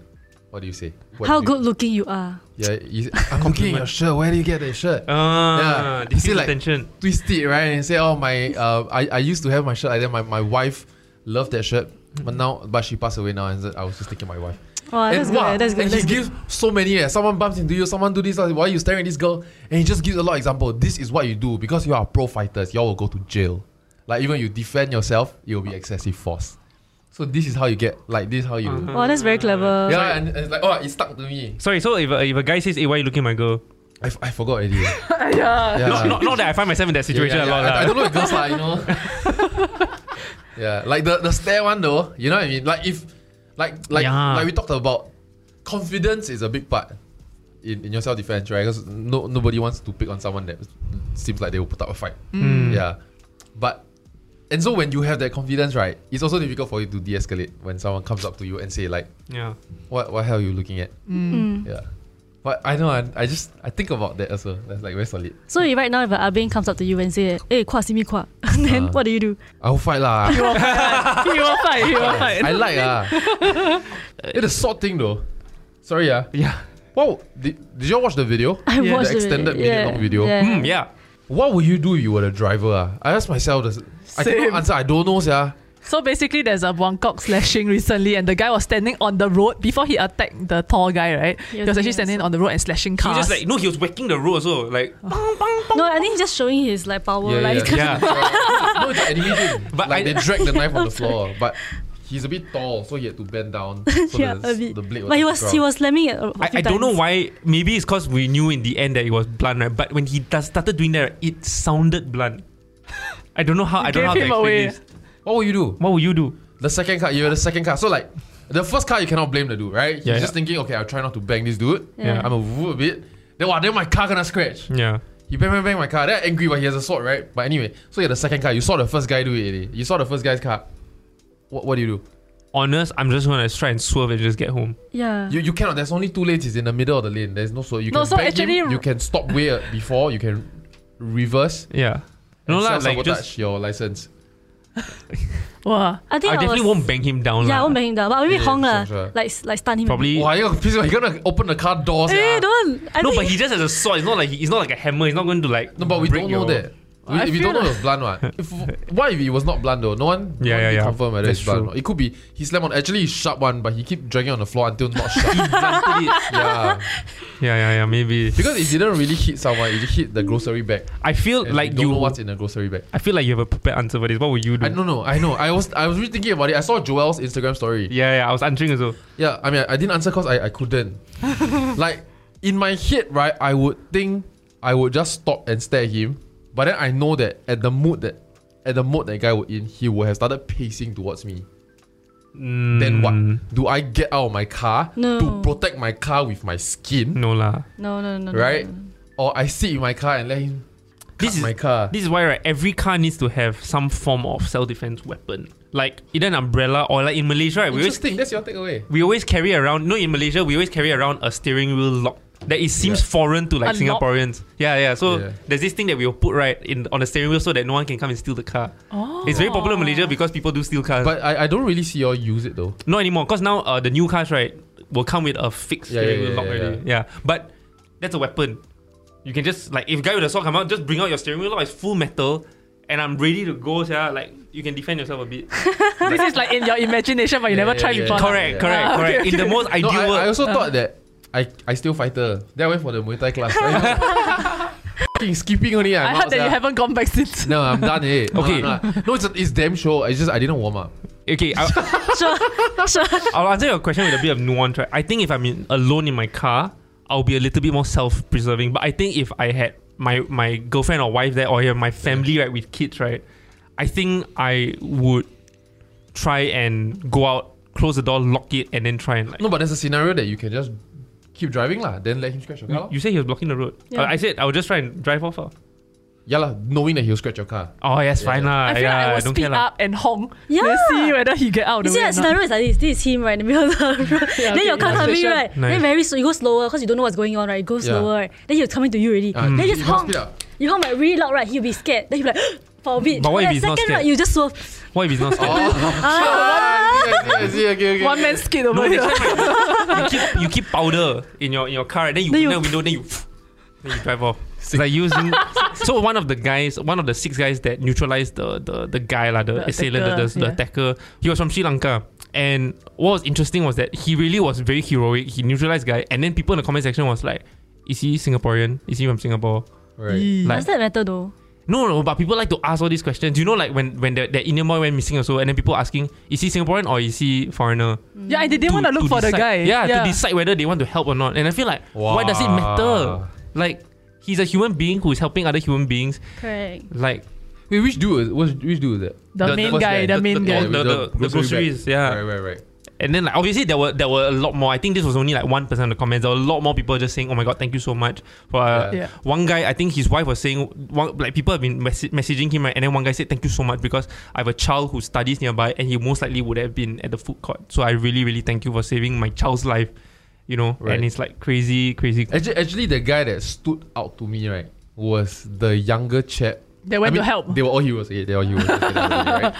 [SPEAKER 1] What do you say? What
[SPEAKER 4] How
[SPEAKER 1] do you-
[SPEAKER 4] good looking you are.
[SPEAKER 1] Yeah, you, I'm looking at your shirt. Where do you get that shirt?
[SPEAKER 3] Ah,
[SPEAKER 1] Yeah.
[SPEAKER 3] this
[SPEAKER 1] See,
[SPEAKER 3] is
[SPEAKER 1] like-
[SPEAKER 3] attention.
[SPEAKER 1] twist it right and say, "Oh my, uh, I, I used to have my shirt like that. My, my wife loved that shirt, but
[SPEAKER 3] Hmm.
[SPEAKER 1] now but she passed away now, and so I was just taking my wife."
[SPEAKER 4] Wow,
[SPEAKER 1] and
[SPEAKER 4] that's good.
[SPEAKER 1] wow,
[SPEAKER 4] That's good.
[SPEAKER 1] and
[SPEAKER 4] That's
[SPEAKER 1] he
[SPEAKER 4] good.
[SPEAKER 1] gives so many. Eh. Someone bumps into you, someone do this. like, Why are you staring at this girl? And he just gives a lot of example. This is what you do because you are pro fighters. Y'all will go to jail. Like even you defend yourself, it will be excessive force. So this is how you get like this. is How you
[SPEAKER 3] Uh-huh.
[SPEAKER 4] Wow, that's very clever.
[SPEAKER 1] yeah, and, and it's like oh, it stuck to me.
[SPEAKER 3] Sorry, so if, a- if a guy says, hey, why you looking at my girl?
[SPEAKER 1] I, f- I forgot already. yeah.
[SPEAKER 3] Not, not, not that I find myself in that
[SPEAKER 1] Yeah,
[SPEAKER 3] situation
[SPEAKER 1] yeah,
[SPEAKER 3] a lot.
[SPEAKER 1] yeah. I, I
[SPEAKER 3] lah.
[SPEAKER 1] don't know if girls like you know. yeah, like the the stare one though. You know what I mean? Like if, like like
[SPEAKER 3] Yeah.
[SPEAKER 1] like we talked about, confidence is a big part. In, in your self defense, right? Because no, nobody wants to pick on someone that seems like they will put up a fight.
[SPEAKER 3] Mm.
[SPEAKER 1] Yeah, but and so when you have that confidence, right, it's also difficult for you to de-escalate when someone comes up to you and say like,
[SPEAKER 3] Yeah.
[SPEAKER 1] "What what hell are you looking at?"
[SPEAKER 3] Mm.
[SPEAKER 1] Yeah, but I know I, I just I think about that also. That's like very solid.
[SPEAKER 4] So if right now if a Ah Beng comes up to you and say, "Hey, qua see me qua," then what do you do?
[SPEAKER 1] I will fight lah.
[SPEAKER 2] he will fight. He will
[SPEAKER 1] I
[SPEAKER 2] fight.
[SPEAKER 1] like ah. it's the sort thing though. Sorry ah.
[SPEAKER 3] Yeah.
[SPEAKER 1] Wow, did, did you all watch the video?
[SPEAKER 4] I
[SPEAKER 1] the
[SPEAKER 4] watched it.
[SPEAKER 1] extended minute long video.
[SPEAKER 4] Yeah.
[SPEAKER 3] Mm, yeah.
[SPEAKER 1] What would you do if you were the driver ah? I asked myself this. I
[SPEAKER 2] Same.
[SPEAKER 1] cannot answer. I don't know, yeah.
[SPEAKER 2] So basically, there's a Buangkok slashing recently, and the guy was standing on the road before he attacked the tall guy. Right? He was,
[SPEAKER 4] was
[SPEAKER 2] actually
[SPEAKER 4] doing
[SPEAKER 2] standing on the road and slashing
[SPEAKER 3] He
[SPEAKER 2] cars.
[SPEAKER 3] was just like, no, he was whacking the road also. Like,
[SPEAKER 4] No, I think just showing his like power.
[SPEAKER 1] Yeah,
[SPEAKER 4] like
[SPEAKER 1] yeah.
[SPEAKER 3] yeah.
[SPEAKER 1] no, it's an enemy thing. But
[SPEAKER 3] But
[SPEAKER 1] like they
[SPEAKER 3] I-
[SPEAKER 1] dragged the knife on the floor, but he's a bit tall, so he had to bend down. So
[SPEAKER 4] yeah,
[SPEAKER 1] the,
[SPEAKER 4] a bit.
[SPEAKER 1] the blade was
[SPEAKER 4] but he
[SPEAKER 1] on the
[SPEAKER 4] was he
[SPEAKER 1] ground.
[SPEAKER 4] was slamming it. a- a
[SPEAKER 3] I,
[SPEAKER 4] few
[SPEAKER 3] I don't know
[SPEAKER 4] times.
[SPEAKER 3] why. Maybe it's because we knew in the end that it was blunt, right? But when he does, started doing that, it sounded blunt. I don't know how. I don't know how to
[SPEAKER 2] Gave him
[SPEAKER 3] explain
[SPEAKER 2] away.
[SPEAKER 3] this.
[SPEAKER 1] What would you do?
[SPEAKER 3] What would you do?
[SPEAKER 1] The second car, you were the second car. So like the first car you cannot blame the dude, right? He's
[SPEAKER 3] Yeah,
[SPEAKER 1] just
[SPEAKER 3] yeah.
[SPEAKER 1] thinking, okay, I'll try not to bang this dude.
[SPEAKER 4] Yeah.
[SPEAKER 1] I'm a woo a bit. Then wow, then my car gonna scratch.
[SPEAKER 3] Yeah.
[SPEAKER 1] He bang bang bang my car. Then I angry, but he has a sword, right? But anyway, so you had the second car. You saw the first guy do it. already. You saw the first guy's car. What, what do you do?
[SPEAKER 3] Honest, I'm just gonna try and swerve and just get home.
[SPEAKER 4] Yeah.
[SPEAKER 1] You, you cannot. There's only two lanes. It's in the middle of the lane. There's no so you
[SPEAKER 2] No,
[SPEAKER 1] can
[SPEAKER 2] so
[SPEAKER 1] bang
[SPEAKER 2] actually-
[SPEAKER 1] him, you can stop way uh, before you can reverse.
[SPEAKER 3] Yeah.
[SPEAKER 1] and
[SPEAKER 3] No lah, like
[SPEAKER 1] self-sabotage
[SPEAKER 3] just
[SPEAKER 1] your license.
[SPEAKER 2] Wow.
[SPEAKER 4] I think
[SPEAKER 3] I
[SPEAKER 4] I,
[SPEAKER 3] definitely
[SPEAKER 4] was,
[SPEAKER 3] won't bang him down.
[SPEAKER 4] Yeah, I
[SPEAKER 3] lah.
[SPEAKER 4] won't bang him down. But maybe
[SPEAKER 1] Yeah,
[SPEAKER 4] Hong lah,
[SPEAKER 1] sure, sure.
[SPEAKER 4] like like stun him.
[SPEAKER 3] Probably.
[SPEAKER 1] Wow, you're gonna, piss me off. you're gonna open the car doors.
[SPEAKER 4] Hey,
[SPEAKER 1] yeah.
[SPEAKER 4] don't. I
[SPEAKER 3] No,
[SPEAKER 4] think
[SPEAKER 3] but he just has a sword. It's not like he, it's not like a hammer. It's not going to like.
[SPEAKER 1] No, but we
[SPEAKER 3] break
[SPEAKER 1] don't know
[SPEAKER 3] your-
[SPEAKER 1] that. We,
[SPEAKER 2] I
[SPEAKER 1] if you
[SPEAKER 2] feel
[SPEAKER 1] don't know,
[SPEAKER 2] like-
[SPEAKER 1] it was blunt one. If, what if it was not blunt though? No one, no
[SPEAKER 3] Yeah,
[SPEAKER 1] one
[SPEAKER 3] yeah,
[SPEAKER 1] can
[SPEAKER 3] yeah.
[SPEAKER 1] confirm whether
[SPEAKER 3] That's
[SPEAKER 1] it's blunt. Or
[SPEAKER 3] true.
[SPEAKER 1] not. It could be he slammed on. Actually, he sharp one, but he keep dragging on the floor until not sharp.
[SPEAKER 3] Blunted it.
[SPEAKER 1] yeah,
[SPEAKER 3] Yeah, yeah, yeah. Maybe
[SPEAKER 1] because it didn't really hit someone. It hit the grocery bag.
[SPEAKER 3] I feel
[SPEAKER 1] And we
[SPEAKER 3] like
[SPEAKER 1] don't
[SPEAKER 3] you.
[SPEAKER 1] know what's in the grocery bag.
[SPEAKER 3] I feel like you have a prepared answer for this. What would you do?
[SPEAKER 1] I don't know. I know. I was I was really thinking about it. I saw Joel's Instagram story. Yeah,
[SPEAKER 3] Yeah, yeah. I was answering as well.
[SPEAKER 1] I mean, I, I didn't answer because I, I couldn't. like in my head, right? I would think I would just stop and stare at him, but then I know that at the mood that at the mood that guy would in, he would have started pacing towards me. Then
[SPEAKER 3] Hmm.
[SPEAKER 1] what? Do I get out of my car
[SPEAKER 4] No.
[SPEAKER 1] to protect my car with my skin,
[SPEAKER 3] No lah.
[SPEAKER 4] no, no, no, no,
[SPEAKER 1] right?
[SPEAKER 4] No, no.
[SPEAKER 1] Or I sit in my car and let him
[SPEAKER 3] This
[SPEAKER 1] this
[SPEAKER 3] is
[SPEAKER 1] my car.
[SPEAKER 3] This is why, right? Every car needs to have some form of self-defense weapon, like either an umbrella or like in Malaysia, right? We always
[SPEAKER 1] Interesting. That's your takeaway.
[SPEAKER 3] we always carry around. No, in Malaysia, we always carry around a steering wheel lock. That it seems
[SPEAKER 1] Yeah.
[SPEAKER 3] foreign to
[SPEAKER 2] A
[SPEAKER 3] like
[SPEAKER 2] lock?
[SPEAKER 3] Singaporeans. Yeah, yeah. So
[SPEAKER 1] Yeah.
[SPEAKER 3] there's this thing that we will put right in on the steering wheel so that no one can come and steal the car. Oh. It's very popular in Malaysia because people do steal cars.
[SPEAKER 1] But I, I don't really see y'all use it though.
[SPEAKER 3] Not anymore, because now uh, the new cars right will come with a fixed
[SPEAKER 1] Yeah,
[SPEAKER 3] steering
[SPEAKER 1] yeah,
[SPEAKER 3] wheel
[SPEAKER 1] yeah,
[SPEAKER 3] lock
[SPEAKER 1] yeah,
[SPEAKER 3] already. Yeah. but that's a weapon. You can just like if guy with a sword come out, just bring out your steering wheel lock. It's full metal, and I'm ready to go. Yeah, like you can defend yourself a bit.
[SPEAKER 2] this is like in your imagination, but you
[SPEAKER 1] Yeah,
[SPEAKER 2] never
[SPEAKER 1] yeah,
[SPEAKER 2] tried
[SPEAKER 1] yeah,
[SPEAKER 2] before.
[SPEAKER 1] yeah.
[SPEAKER 3] correct, correct, correct. In the most
[SPEAKER 1] No, I,
[SPEAKER 3] ideal world.
[SPEAKER 1] I
[SPEAKER 2] Uh.
[SPEAKER 1] also thought that I, I still fighter. Then I went for the Muay Thai class. Fucking skipping only. I'm
[SPEAKER 2] I
[SPEAKER 1] out,
[SPEAKER 2] heard that
[SPEAKER 1] sia.
[SPEAKER 2] you haven't gone back since.
[SPEAKER 1] No, I'm done. Eh. No, I'm
[SPEAKER 3] Okay.
[SPEAKER 1] not. No, it's, it's damn sure. It's just I didn't warm up.
[SPEAKER 3] okay, I,
[SPEAKER 4] Sure, sure.
[SPEAKER 3] I'll answer your question with a bit of nuance, right? I think if I'm in, alone in my car, I'll be a little bit more self-preserving. But I think if I had my my girlfriend or wife there, or yeah, my family, right, with kids, right, I think I would try and go out, close the door, lock it, and then try and like.
[SPEAKER 1] No, but there's a scenario that you can just keep driving lah. Then let him scratch your car.
[SPEAKER 3] You say he was blocking the road.
[SPEAKER 4] Yeah.
[SPEAKER 3] Uh, I said I would just try and drive off. Uh.
[SPEAKER 1] yeah lah, knowing that he'll scratch your car.
[SPEAKER 3] Oh yes, fine lah.
[SPEAKER 2] I feel
[SPEAKER 3] yeah,
[SPEAKER 2] like I will
[SPEAKER 3] don't
[SPEAKER 2] speed
[SPEAKER 3] care lah.
[SPEAKER 2] up and honk.
[SPEAKER 4] Yeah.
[SPEAKER 2] Let's see whether he get out
[SPEAKER 4] You
[SPEAKER 2] of
[SPEAKER 4] see
[SPEAKER 2] the way. or
[SPEAKER 4] that
[SPEAKER 2] not.
[SPEAKER 4] scenario is like this. This is him right in the middle of the road. then
[SPEAKER 2] okay,
[SPEAKER 4] your car
[SPEAKER 2] yeah.
[SPEAKER 4] coming
[SPEAKER 2] Station.
[SPEAKER 4] right.
[SPEAKER 3] Nice.
[SPEAKER 4] Then very slow. You go slower because you don't know what's going on, right? You go
[SPEAKER 1] Yeah.
[SPEAKER 4] slower. Right? Then he'll coming to you already.
[SPEAKER 3] Hmm.
[SPEAKER 1] Ah,
[SPEAKER 4] Then
[SPEAKER 1] he-
[SPEAKER 4] you just
[SPEAKER 1] he must
[SPEAKER 4] honk.
[SPEAKER 1] speed up.
[SPEAKER 4] You honk like really loud, right? He'll be scared. Then he'll be like for a bit.
[SPEAKER 3] But what if
[SPEAKER 4] Then
[SPEAKER 3] he's not
[SPEAKER 4] second
[SPEAKER 3] scared?
[SPEAKER 4] right, you just swerve. Ah!
[SPEAKER 3] What if he's not scared?
[SPEAKER 1] Ah, I see, I see, okay, okay.
[SPEAKER 2] One man skid over
[SPEAKER 3] No,
[SPEAKER 2] here.
[SPEAKER 3] that's right. you, keep, you keep powder in your in your car, and then you
[SPEAKER 4] Then you-
[SPEAKER 3] open the window, then you then you drive off. It's like using. so one of the guys, one of the six guys that neutralized the the, the guy lah, the,
[SPEAKER 2] The
[SPEAKER 3] assailant, the,
[SPEAKER 2] attacker,
[SPEAKER 3] the, the
[SPEAKER 2] yeah.
[SPEAKER 3] attacker. He was from Sri Lanka, and what was interesting was that he really was very heroic. He neutralized guy, and then people in the comment section was like, "Is he Singaporean? Is he from Singapore?"
[SPEAKER 1] Right.
[SPEAKER 3] Like,
[SPEAKER 4] Does that matter though?
[SPEAKER 3] No, no, but people like to ask all these questions. You know, like when when the, the Indian boy went missing also, and then people asking, is he Singaporean or is he foreigner?
[SPEAKER 2] Yeah, and they didn't want to look for the guy.
[SPEAKER 3] decide- Yeah, to decide whether they want to help or not. And I feel like, why does it matter?
[SPEAKER 1] Wow.
[SPEAKER 3] Like, he's a human being who is helping other human beings.
[SPEAKER 4] Correct.
[SPEAKER 3] Like,
[SPEAKER 1] Wait, which dude? Was, which dude was that?
[SPEAKER 2] The,
[SPEAKER 3] The-
[SPEAKER 2] main
[SPEAKER 3] the-
[SPEAKER 2] guy, the,
[SPEAKER 3] the-
[SPEAKER 2] main
[SPEAKER 3] the-
[SPEAKER 2] guy.
[SPEAKER 3] Yeah, the-
[SPEAKER 1] with
[SPEAKER 3] the groceries,
[SPEAKER 1] bag.
[SPEAKER 3] yeah.
[SPEAKER 1] Right, right, right.
[SPEAKER 3] and then like obviously there were there were a lot more. I think this was only like one percent of the comments. There were a lot more people just saying, "Oh my god, thank you so much." For uh,
[SPEAKER 2] Yeah. Yeah.
[SPEAKER 3] one guy, I think his wife was saying, one, like people have been mess- messaging him right, and then one guy said, "Thank you so much because I have a child who studies nearby, and he most likely would have been at the food court. So I really, really thank you for saving my child's life." You know,
[SPEAKER 1] Right.
[SPEAKER 3] and it's like crazy, crazy.
[SPEAKER 1] Actually, actually, the guy that stood out to me, right, was the younger chap.
[SPEAKER 2] That went to help.
[SPEAKER 1] They were all heroes. Yeah, they were all heroes. right?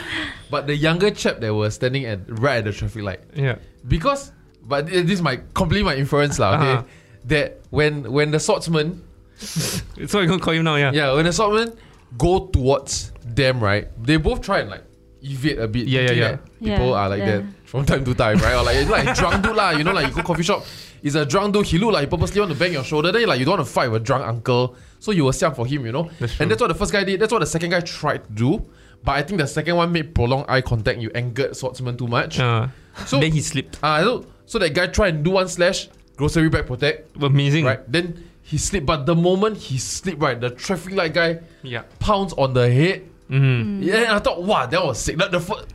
[SPEAKER 1] But the younger chap that was standing at right at the traffic light,
[SPEAKER 3] Yeah.
[SPEAKER 1] because but thi- this is my complete my inference lah. Okay,
[SPEAKER 3] Uh-huh.
[SPEAKER 1] that when when the swordsman,
[SPEAKER 3] So I'm gonna call him now. Yeah.
[SPEAKER 1] yeah, when the swordsman go towards them, right, they both try and like evade a bit.
[SPEAKER 3] Yeah, yeah,
[SPEAKER 1] thinking
[SPEAKER 3] yeah.
[SPEAKER 1] that People
[SPEAKER 4] Yeah,
[SPEAKER 1] are like
[SPEAKER 4] yeah.
[SPEAKER 1] that from time to time, right? Or like it's like drunk dude lah. You know, like you go coffee shop, it's a drunk dude. He look like he purposely want to bang your shoulder. Then you like you don't want to fight with a drunk uncle, so you were siam for him, you know.
[SPEAKER 3] That's true.
[SPEAKER 1] and that's what the first guy did. That's what the second guy tried to do. But I think the second one made prolonged eye contact. You angered swordsman too much.
[SPEAKER 3] Uh,
[SPEAKER 1] So-
[SPEAKER 3] then he slipped.
[SPEAKER 1] Ah, so, so that guy tried and do one slash grocery bag protect,
[SPEAKER 3] Amazing.
[SPEAKER 1] right? Then he slipped, but the moment he slipped, right, the traffic light guy
[SPEAKER 3] Yeah.
[SPEAKER 1] pounds on the head.
[SPEAKER 3] Mm-hmm.
[SPEAKER 2] Mm.
[SPEAKER 1] Yeah, and I thought, wow, that was sick. Like the first,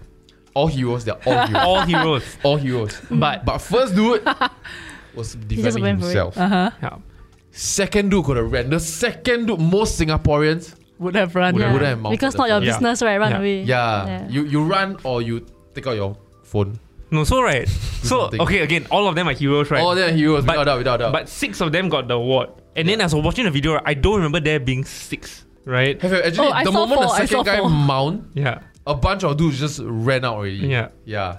[SPEAKER 1] all heroes, they're all heroes, all,
[SPEAKER 3] All heroes.
[SPEAKER 1] heroes.
[SPEAKER 2] Mm.
[SPEAKER 3] But-
[SPEAKER 1] but first dude was defending
[SPEAKER 4] went for it.
[SPEAKER 1] himself.
[SPEAKER 2] Uh-huh.
[SPEAKER 3] Yeah.
[SPEAKER 1] Second dude could have ran. The second dude, most Singaporeans,
[SPEAKER 2] Would have run.
[SPEAKER 1] Would
[SPEAKER 2] Yeah.
[SPEAKER 1] have- wouldn't mounted
[SPEAKER 4] because
[SPEAKER 1] the
[SPEAKER 4] not your
[SPEAKER 3] phone. Yeah.
[SPEAKER 4] business, right? Run
[SPEAKER 3] Yeah.
[SPEAKER 4] away.
[SPEAKER 1] yeah, you you run or you take out your phone.
[SPEAKER 3] No, so right. So
[SPEAKER 1] Something.
[SPEAKER 3] okay, again, all of them are heroes, right?
[SPEAKER 1] All they're heroes,
[SPEAKER 3] But-
[SPEAKER 1] without doubt, without doubt.
[SPEAKER 3] But six of them got the award. And then as I was watching the video, right, I don't remember there being six, right?
[SPEAKER 1] have you actually
[SPEAKER 2] Oh, I
[SPEAKER 1] the
[SPEAKER 2] saw
[SPEAKER 1] moment
[SPEAKER 2] four, I
[SPEAKER 1] the
[SPEAKER 2] saw
[SPEAKER 1] second guy
[SPEAKER 2] four.
[SPEAKER 1] mount?
[SPEAKER 3] Yeah.
[SPEAKER 1] a bunch of dudes just ran out already.
[SPEAKER 3] Yeah.
[SPEAKER 1] Yeah.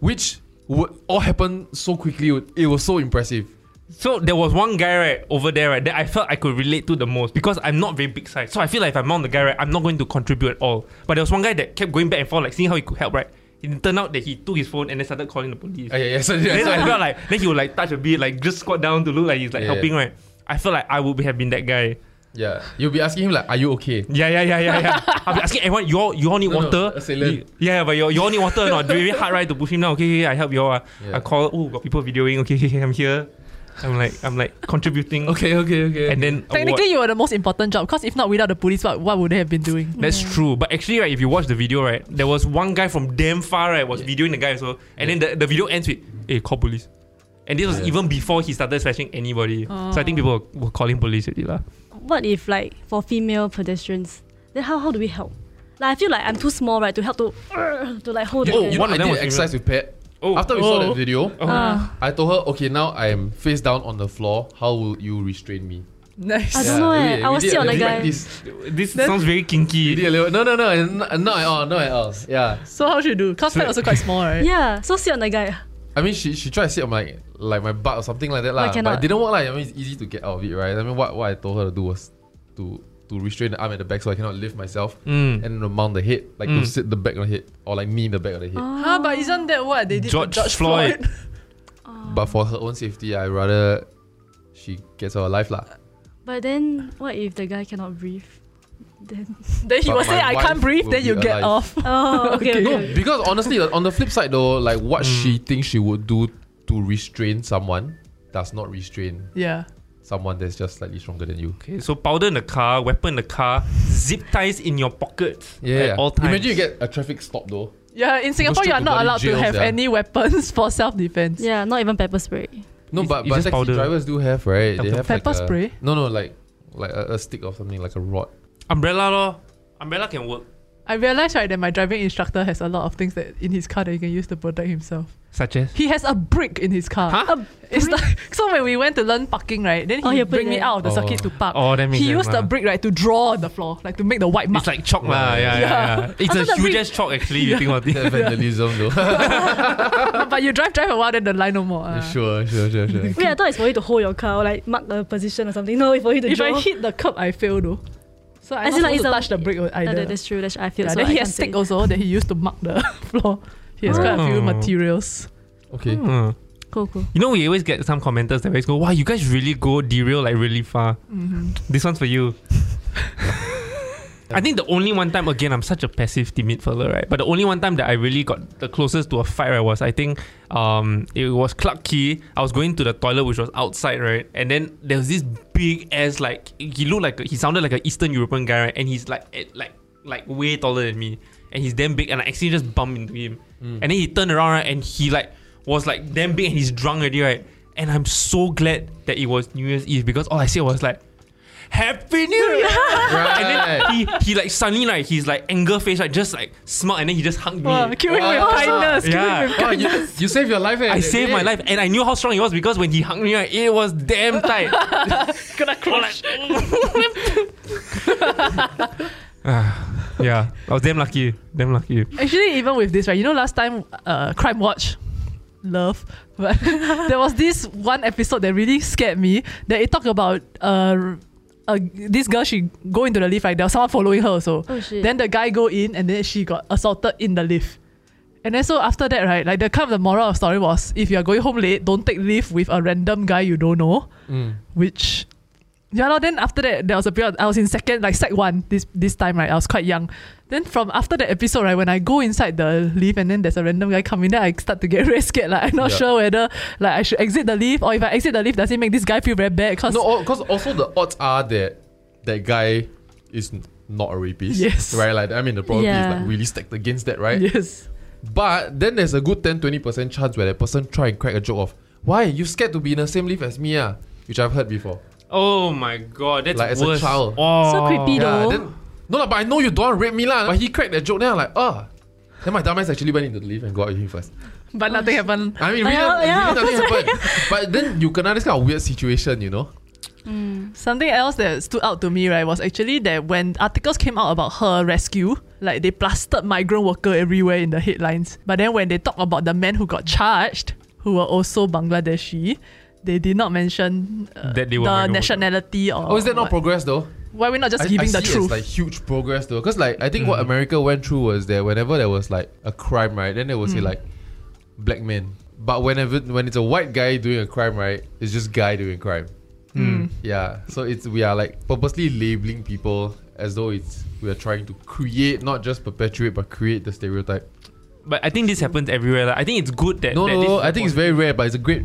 [SPEAKER 1] Which would all happened so quickly. It was so impressive.
[SPEAKER 3] So there was one guy right over there right that I felt I could relate to the most because I'm not very big size. So I feel like if I mount the guy right, I'm not going to contribute at all. But there was one guy that kept going back and forth, like seeing how he could help, right? It turned out that he took his phone and then started calling the police.
[SPEAKER 1] Ah, yeah, yeah. So, yeah,
[SPEAKER 3] then
[SPEAKER 1] so
[SPEAKER 3] I
[SPEAKER 1] I-
[SPEAKER 3] felt like then he would like touch a bit, like just squat down to look like he's like
[SPEAKER 1] Yeah, yeah.
[SPEAKER 3] helping, right? I felt like I would have been that guy.
[SPEAKER 1] yeah. You'll be asking him like, "Are you okay?"
[SPEAKER 3] Yeah, yeah, yeah, yeah, yeah. I'll be asking everyone, you all, you all need
[SPEAKER 1] No, no,
[SPEAKER 3] water?
[SPEAKER 1] assailant.
[SPEAKER 3] You- yeah, but you all, you all need water or not? Very hard right to push him down. Okay, okay, I help you all. ah.
[SPEAKER 1] Yeah.
[SPEAKER 3] I call, oh, got people videoing. Okay, okay, I'm here. I'm like, I'm like contributing.
[SPEAKER 1] Okay, okay, okay.
[SPEAKER 3] And then
[SPEAKER 2] Technically,
[SPEAKER 3] award.
[SPEAKER 2] you were the most important job because if not, without the police, what, what would they have been doing?
[SPEAKER 3] That's true. But actually, right, if you watch the video, right, there was one guy from damn far, right, was videoing the guy so and then the, the video ends with, hey, call police. And this was
[SPEAKER 1] Yeah.
[SPEAKER 3] even before he started slashing anybody. So I think people were, were calling police already. lah.
[SPEAKER 4] What if like for female pedestrians? Then how how do we help? Like I feel like I'm too small, right, to help to to like hold
[SPEAKER 1] oh,
[SPEAKER 4] it.
[SPEAKER 1] you
[SPEAKER 3] one
[SPEAKER 1] know, I
[SPEAKER 3] of them was
[SPEAKER 1] did exercise with Pat.
[SPEAKER 3] Oh.
[SPEAKER 1] After we saw that
[SPEAKER 3] Oh.
[SPEAKER 1] video,
[SPEAKER 4] Ah.
[SPEAKER 1] I told her, "Okay, now I am face down on the floor. How will you restrain me?"
[SPEAKER 2] Nice.
[SPEAKER 4] I don't know. eh. I was sit on the guy.
[SPEAKER 1] This.
[SPEAKER 3] This sounds very
[SPEAKER 1] We did
[SPEAKER 3] kinky.
[SPEAKER 1] a little- No, no, no, n- not at all, not at all. Yeah.
[SPEAKER 2] So how should you do? Because Pat
[SPEAKER 3] So-
[SPEAKER 2] also quite small, right?
[SPEAKER 4] Yeah, so sit on the guy.
[SPEAKER 1] I mean, she she tried to sit on my like my butt or something like that lah. But it
[SPEAKER 4] cannot?
[SPEAKER 1] didn't work like I mean, it's easy to get out of it, right? I mean, what, what I told her to do was to to restrain the arm at the back so I cannot lift myself
[SPEAKER 3] Mm.
[SPEAKER 1] and to mount the head, like to sit the back on the head or like knee the back on the head.
[SPEAKER 3] Oh.
[SPEAKER 2] Huh, but isn't that what they did to
[SPEAKER 3] George Floyd.
[SPEAKER 1] But for her own safety, I rather she gets out alive lah.
[SPEAKER 4] But then what if the guy cannot breathe? Then
[SPEAKER 2] Then he
[SPEAKER 1] But
[SPEAKER 2] will say,
[SPEAKER 1] my
[SPEAKER 2] I can't
[SPEAKER 1] wife
[SPEAKER 2] breathe,
[SPEAKER 1] will
[SPEAKER 2] then
[SPEAKER 1] be
[SPEAKER 2] you get
[SPEAKER 1] alive.
[SPEAKER 2] off.
[SPEAKER 4] Oh okay, okay.
[SPEAKER 2] Okay.
[SPEAKER 1] Because honestly, on the flip side though, like what
[SPEAKER 3] Mm.
[SPEAKER 1] she thinks she would do to restrain someone does not restrain
[SPEAKER 2] Yeah.
[SPEAKER 1] someone that's just slightly stronger than you.
[SPEAKER 3] Okay, so powder in the car, weapon in the car, zip ties in your pockets
[SPEAKER 1] Yeah.
[SPEAKER 3] at all times.
[SPEAKER 1] Imagine you get a traffic stop though.
[SPEAKER 2] Yeah, in Singapore,
[SPEAKER 1] straight
[SPEAKER 2] you are
[SPEAKER 1] to
[SPEAKER 2] not
[SPEAKER 1] bloody
[SPEAKER 2] allowed to
[SPEAKER 1] jail,
[SPEAKER 2] have
[SPEAKER 1] sia.
[SPEAKER 2] any weapons for self defense.
[SPEAKER 4] Yeah, not even pepper spray.
[SPEAKER 1] No,
[SPEAKER 3] It's-
[SPEAKER 1] but,
[SPEAKER 3] it's
[SPEAKER 1] but
[SPEAKER 3] just
[SPEAKER 1] taxi
[SPEAKER 3] powder.
[SPEAKER 1] drivers do have right. They have
[SPEAKER 3] Pepper-
[SPEAKER 1] like
[SPEAKER 2] pepper
[SPEAKER 1] a-
[SPEAKER 2] spray?
[SPEAKER 1] No, no, like like a, a stick or something, like a rod.
[SPEAKER 3] Umbrella, lor. Umbrella can work.
[SPEAKER 2] I realized, right, that my driving instructor has a lot of things that in his car that he can use to protect himself.
[SPEAKER 3] Such as?
[SPEAKER 2] He has a brick in his car.
[SPEAKER 3] Huh?
[SPEAKER 2] It's like so when we went to learn parking, right? Then he
[SPEAKER 4] Oh, he put
[SPEAKER 2] bring
[SPEAKER 4] it
[SPEAKER 2] me
[SPEAKER 4] there.
[SPEAKER 2] out of the
[SPEAKER 1] Oh.
[SPEAKER 2] circuit to park.
[SPEAKER 3] Oh, that makes
[SPEAKER 2] he
[SPEAKER 3] sense,
[SPEAKER 2] used the
[SPEAKER 3] ah.
[SPEAKER 2] brick right to draw on the floor, like to make the white mark.
[SPEAKER 3] It's like chalk, lah. Yeah, yeah, yeah.
[SPEAKER 2] Yeah.
[SPEAKER 3] It's
[SPEAKER 2] After
[SPEAKER 3] a
[SPEAKER 2] the
[SPEAKER 3] huge
[SPEAKER 2] re-
[SPEAKER 3] ass chalk, actually, you think about it.
[SPEAKER 1] That vandalism though.
[SPEAKER 2] but you drive drive a while, then the line no more. ah.
[SPEAKER 1] sure, sure, sure, sure.
[SPEAKER 4] Wait, I thought it's for you to hold your car or like mark a position or something. No, it's for you to
[SPEAKER 2] If
[SPEAKER 4] draw.
[SPEAKER 2] I hit the curb, I fail though. So I
[SPEAKER 4] As
[SPEAKER 2] not
[SPEAKER 4] in,
[SPEAKER 2] supposed to
[SPEAKER 4] like, it's a-
[SPEAKER 2] touch the brick
[SPEAKER 4] No,
[SPEAKER 2] either.
[SPEAKER 4] no, that's true. That's I feel
[SPEAKER 2] yeah,
[SPEAKER 4] so.
[SPEAKER 2] then
[SPEAKER 4] I
[SPEAKER 2] he has
[SPEAKER 4] can't
[SPEAKER 2] stick
[SPEAKER 4] say.
[SPEAKER 2] also that he used to mark the floor. He has quite a few
[SPEAKER 3] Oh.
[SPEAKER 2] materials.
[SPEAKER 1] Okay.
[SPEAKER 3] Hmm.
[SPEAKER 4] Cool, cool.
[SPEAKER 3] You know, we always get some commenters that always go, wow, you
[SPEAKER 4] Mm-hmm.
[SPEAKER 3] guys really go derail like really far. This one's for you. I think the only one time again, I'm such a passive, timid fella, right? But the only one time that I really got the closest to a fight right, was I think um it was Clark Key. I was going to the toilet, which was outside, right? And then there was this big ass like he looked like a, he sounded like an Eastern European guy, right? And he's like at, like like way taller than me, and he's damn big, and I actually just bumped into him, and then he turned around right, and he like was like damn big, and he's drunk already, right? And I'm so glad that it was New Year's Eve because all I said was like. Happy New Year!
[SPEAKER 1] Right.
[SPEAKER 3] he he like suddenly like he's like anger face like just like smart and then he just hugged me.
[SPEAKER 2] Wow, kill him
[SPEAKER 1] Wow.
[SPEAKER 2] with kindness. kill him
[SPEAKER 3] Oh. Yeah.
[SPEAKER 2] with
[SPEAKER 1] Oh, you, you saved your life. eh?
[SPEAKER 3] I saved my life and I knew how strong he was because when he hugged me, right, it was damn tight. Gonna crush. yeah, I was damn lucky. Damn lucky.
[SPEAKER 2] Actually, even with this, right? You know, last time, uh, Crime Watch, love, but there was this one episode that really scared me. That it talked about uh, uh, this girl. She go into the lift. Right, there was someone following her. So
[SPEAKER 4] Oh, shit.
[SPEAKER 2] then the guy go in, and then she got assaulted in the lift. And then so after that, right? Like the kind of the moral of the story was: if you are going home late, don't take lift with a random guy you don't know. Which yeah, lor, then after that, there was a period I was in second, like sec one this this time, right? I was quite young. Then from after that episode, right, when I go inside the lift and then there's a random guy coming, then I start to get very scared. Like I'm not
[SPEAKER 1] Yeah.
[SPEAKER 2] sure whether like I should exit the lift or if I exit the lift, does it make this guy feel very bad? Cause
[SPEAKER 1] No, because also the odds are that that guy is n- not a rapist.
[SPEAKER 2] Yes.
[SPEAKER 1] Right? Like, I mean, the probability
[SPEAKER 4] Yeah.
[SPEAKER 1] is like really stacked against that, right?
[SPEAKER 2] yes,
[SPEAKER 1] But then there's a good 10 20% chance where that person try and crack a joke of, why? You scared to be in the same lift as me, ah? Which I've heard before.
[SPEAKER 3] Oh my god, that's
[SPEAKER 1] Like, as a
[SPEAKER 3] worse.
[SPEAKER 1] child.
[SPEAKER 3] Oh.
[SPEAKER 4] So
[SPEAKER 1] Yeah,
[SPEAKER 4] creepy though.
[SPEAKER 1] then, no, lah, but I know you don't want to rape me, lah. But he cracked that joke, then I'm like, oh. Then my dumbass actually went into the lift and got out with him first.
[SPEAKER 2] but nothing happened.
[SPEAKER 1] I mean,
[SPEAKER 4] But
[SPEAKER 1] really,
[SPEAKER 4] yeah,
[SPEAKER 1] really
[SPEAKER 4] yeah, of
[SPEAKER 1] nothing happened. But then you kena this kind of weird situation, you know?
[SPEAKER 2] Something else that stood out to me, right, was actually that when articles came out about her rescue, like they plastered migrant worker everywhere in the headlines. But then when they talk about the men who got charged, who were also Bangladeshi, they did not mention uh,
[SPEAKER 3] That they were
[SPEAKER 2] the
[SPEAKER 3] migrant
[SPEAKER 2] nationality or.
[SPEAKER 1] Oh, is that not
[SPEAKER 2] what.
[SPEAKER 1] progress, though?
[SPEAKER 2] Why we not just
[SPEAKER 1] I-
[SPEAKER 2] giving
[SPEAKER 1] I
[SPEAKER 2] the
[SPEAKER 1] see it as,
[SPEAKER 2] truth?
[SPEAKER 1] like huge progress though, because like I think
[SPEAKER 3] Mm.
[SPEAKER 1] what America went through was that whenever there was like a crime, right, then they would say
[SPEAKER 3] Mm.
[SPEAKER 1] like black men. But whenever when it's a white guy doing a crime, right, it's just guy doing crime.
[SPEAKER 3] Mm.
[SPEAKER 1] Yeah, so it's we are like purposely labeling people as though it's we are trying to create, not just perpetuate, but create the stereotype.
[SPEAKER 3] But I think this happens everywhere. Like, I think it's good that
[SPEAKER 1] No,
[SPEAKER 3] that
[SPEAKER 1] no,
[SPEAKER 3] this
[SPEAKER 1] no,
[SPEAKER 3] is
[SPEAKER 1] I think it's very rare, but it's a great.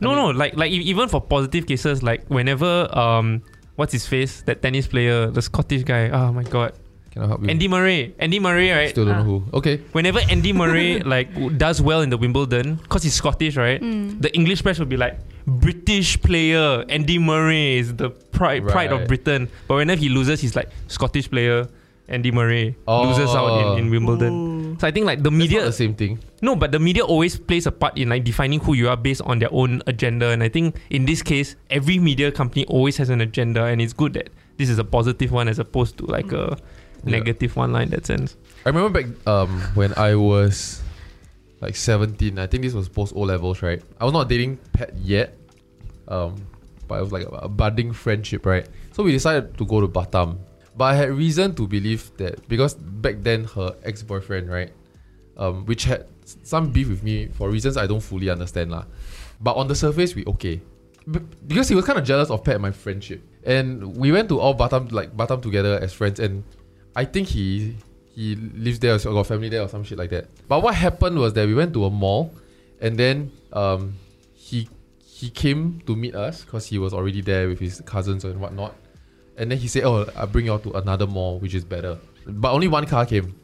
[SPEAKER 3] No, no, like like e- even for positive cases, like whenever um, what's his face? That tennis player, the Scottish guy. Oh my god,
[SPEAKER 1] Can I help you?
[SPEAKER 3] Andy uh, Murray. Andy Murray, right?
[SPEAKER 1] Mm. Still don't know who. Okay,
[SPEAKER 3] Whenever Andy Murray like w- does well in the Wimbledon, cause he's Scottish, right? The English press will be like British player Andy Murray is the pride pride of
[SPEAKER 1] Right.
[SPEAKER 3] Britain. But whenever he loses, he's like Scottish player Andy Murray loses
[SPEAKER 1] Oh.
[SPEAKER 3] out in, in Wimbledon. So I think like the
[SPEAKER 1] it's
[SPEAKER 3] media
[SPEAKER 1] not the same thing.
[SPEAKER 3] no, but the media always plays a part in like defining who you are based on their own agenda, and I think in this case, every media company always has an agenda, and it's good that this is a positive one as opposed to like a negative one line. That sense.
[SPEAKER 1] I remember back um when I was like 17. I think this was post O levels, right? I was not dating Pat yet, um, but it was like a a budding friendship, right? So we decided to go to Batam, but I had reason to believe that because back then her ex boyfriend, right, um, which had s- some beef with me for reasons I don't fully understand lah. But on the surface, we okay. B- because he was kind of jealous of Pat and my friendship, and we went to all Batam like Batam together as friends, and I think he he lives there or so- got family there or some shit like that. But what happened was that we went to a mall, and then um he he came to meet us because he was already there with his cousins and whatnot, and then he said, "Oh, I'll bring you all to another mall which is better." But only one car came.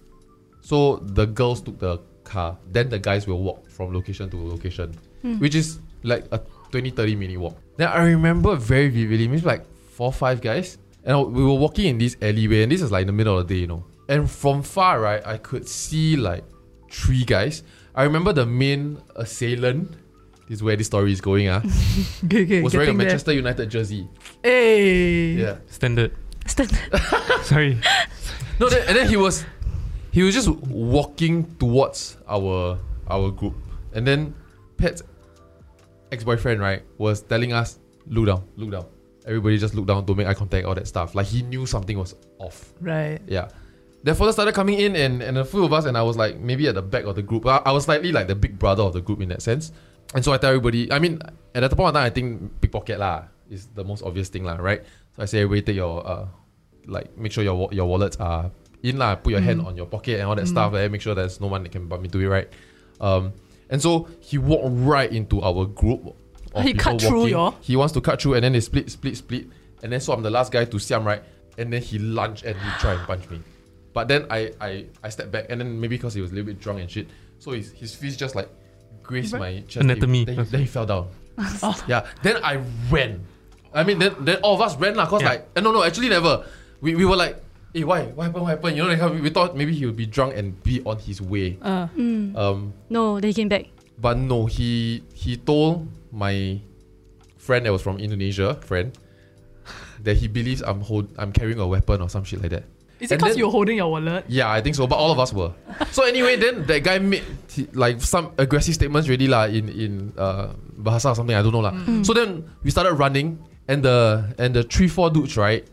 [SPEAKER 1] So the girls took the car, then the guys will walk from location to location,
[SPEAKER 2] Hmm.
[SPEAKER 1] which is like a 20 30 minute walk. Then I remember very vividly, maybe like four five guys, and I- we were walking in this alleyway, and this is like in the middle of the day, you know. And from far, right, I could see like three guys. I remember the main assailant. This is where this story is going, ah.
[SPEAKER 2] Okay, okay,
[SPEAKER 1] Was wearing a
[SPEAKER 2] getting there.
[SPEAKER 1] Manchester United jersey.
[SPEAKER 2] Hey.
[SPEAKER 1] Yeah.
[SPEAKER 3] Standard.
[SPEAKER 4] Stand-
[SPEAKER 3] Sorry.
[SPEAKER 1] No, then, and then he was, he was just walking towards our our group, and then Pat's ex-boyfriend right was telling us look down, look down. Everybody just look down, don't make eye contact, all that stuff. Like he knew something was off.
[SPEAKER 2] Right.
[SPEAKER 1] Yeah. The photos started coming in, and, and a few of us, and I was like maybe at the back of the group. I, I was slightly like the big brother of the group in that sense. And so I tell everybody, I mean, at that point of time, I think pickpocket lah is the most obvious thing lah, right? So I say, everybody take your uh, like make sure your wa- your wallets are in lah. Put your hand
[SPEAKER 2] Mm.
[SPEAKER 1] on your pocket and all that stuff. And make sure there's no one that can bump into it, right? Um, and so he walked right into our group. Of
[SPEAKER 2] He
[SPEAKER 1] people
[SPEAKER 2] cut through,
[SPEAKER 1] walking.
[SPEAKER 2] y'all.
[SPEAKER 1] He wants to cut through, and then they split, split, split, and then so I'm the last guy to Siam, right? And then he lunged and he tried and punch me, but then I I I stepped back, and then maybe because he was a little bit drunk and shit, so his his fist just like grazed my chest.
[SPEAKER 3] Anatomy.
[SPEAKER 1] Then he, then he fell down. Yeah. Then I ran. I mean, then, then all of us ran lah. Cause
[SPEAKER 3] Yeah.
[SPEAKER 1] like, eh, no, no, actually never. We, we were like, hey, why? What happened? What happened? You know, like, how we, we thought maybe he would be drunk and be on his way.
[SPEAKER 2] Uh,
[SPEAKER 1] Um,
[SPEAKER 4] No, then he came back.
[SPEAKER 1] but no, he he told my friend that was from Indonesia, friend, that he believes I'm hold I'm carrying a weapon or some shit like that.
[SPEAKER 2] Is it
[SPEAKER 1] And
[SPEAKER 2] because
[SPEAKER 1] then-
[SPEAKER 2] you're holding your wallet?
[SPEAKER 1] Yeah, I think so. But all of us were. So anyway, then that guy made he- like some aggressive statements really lah in in uh, Bahasa or something I don't know lah. So then we started running, and the and the three four dudes right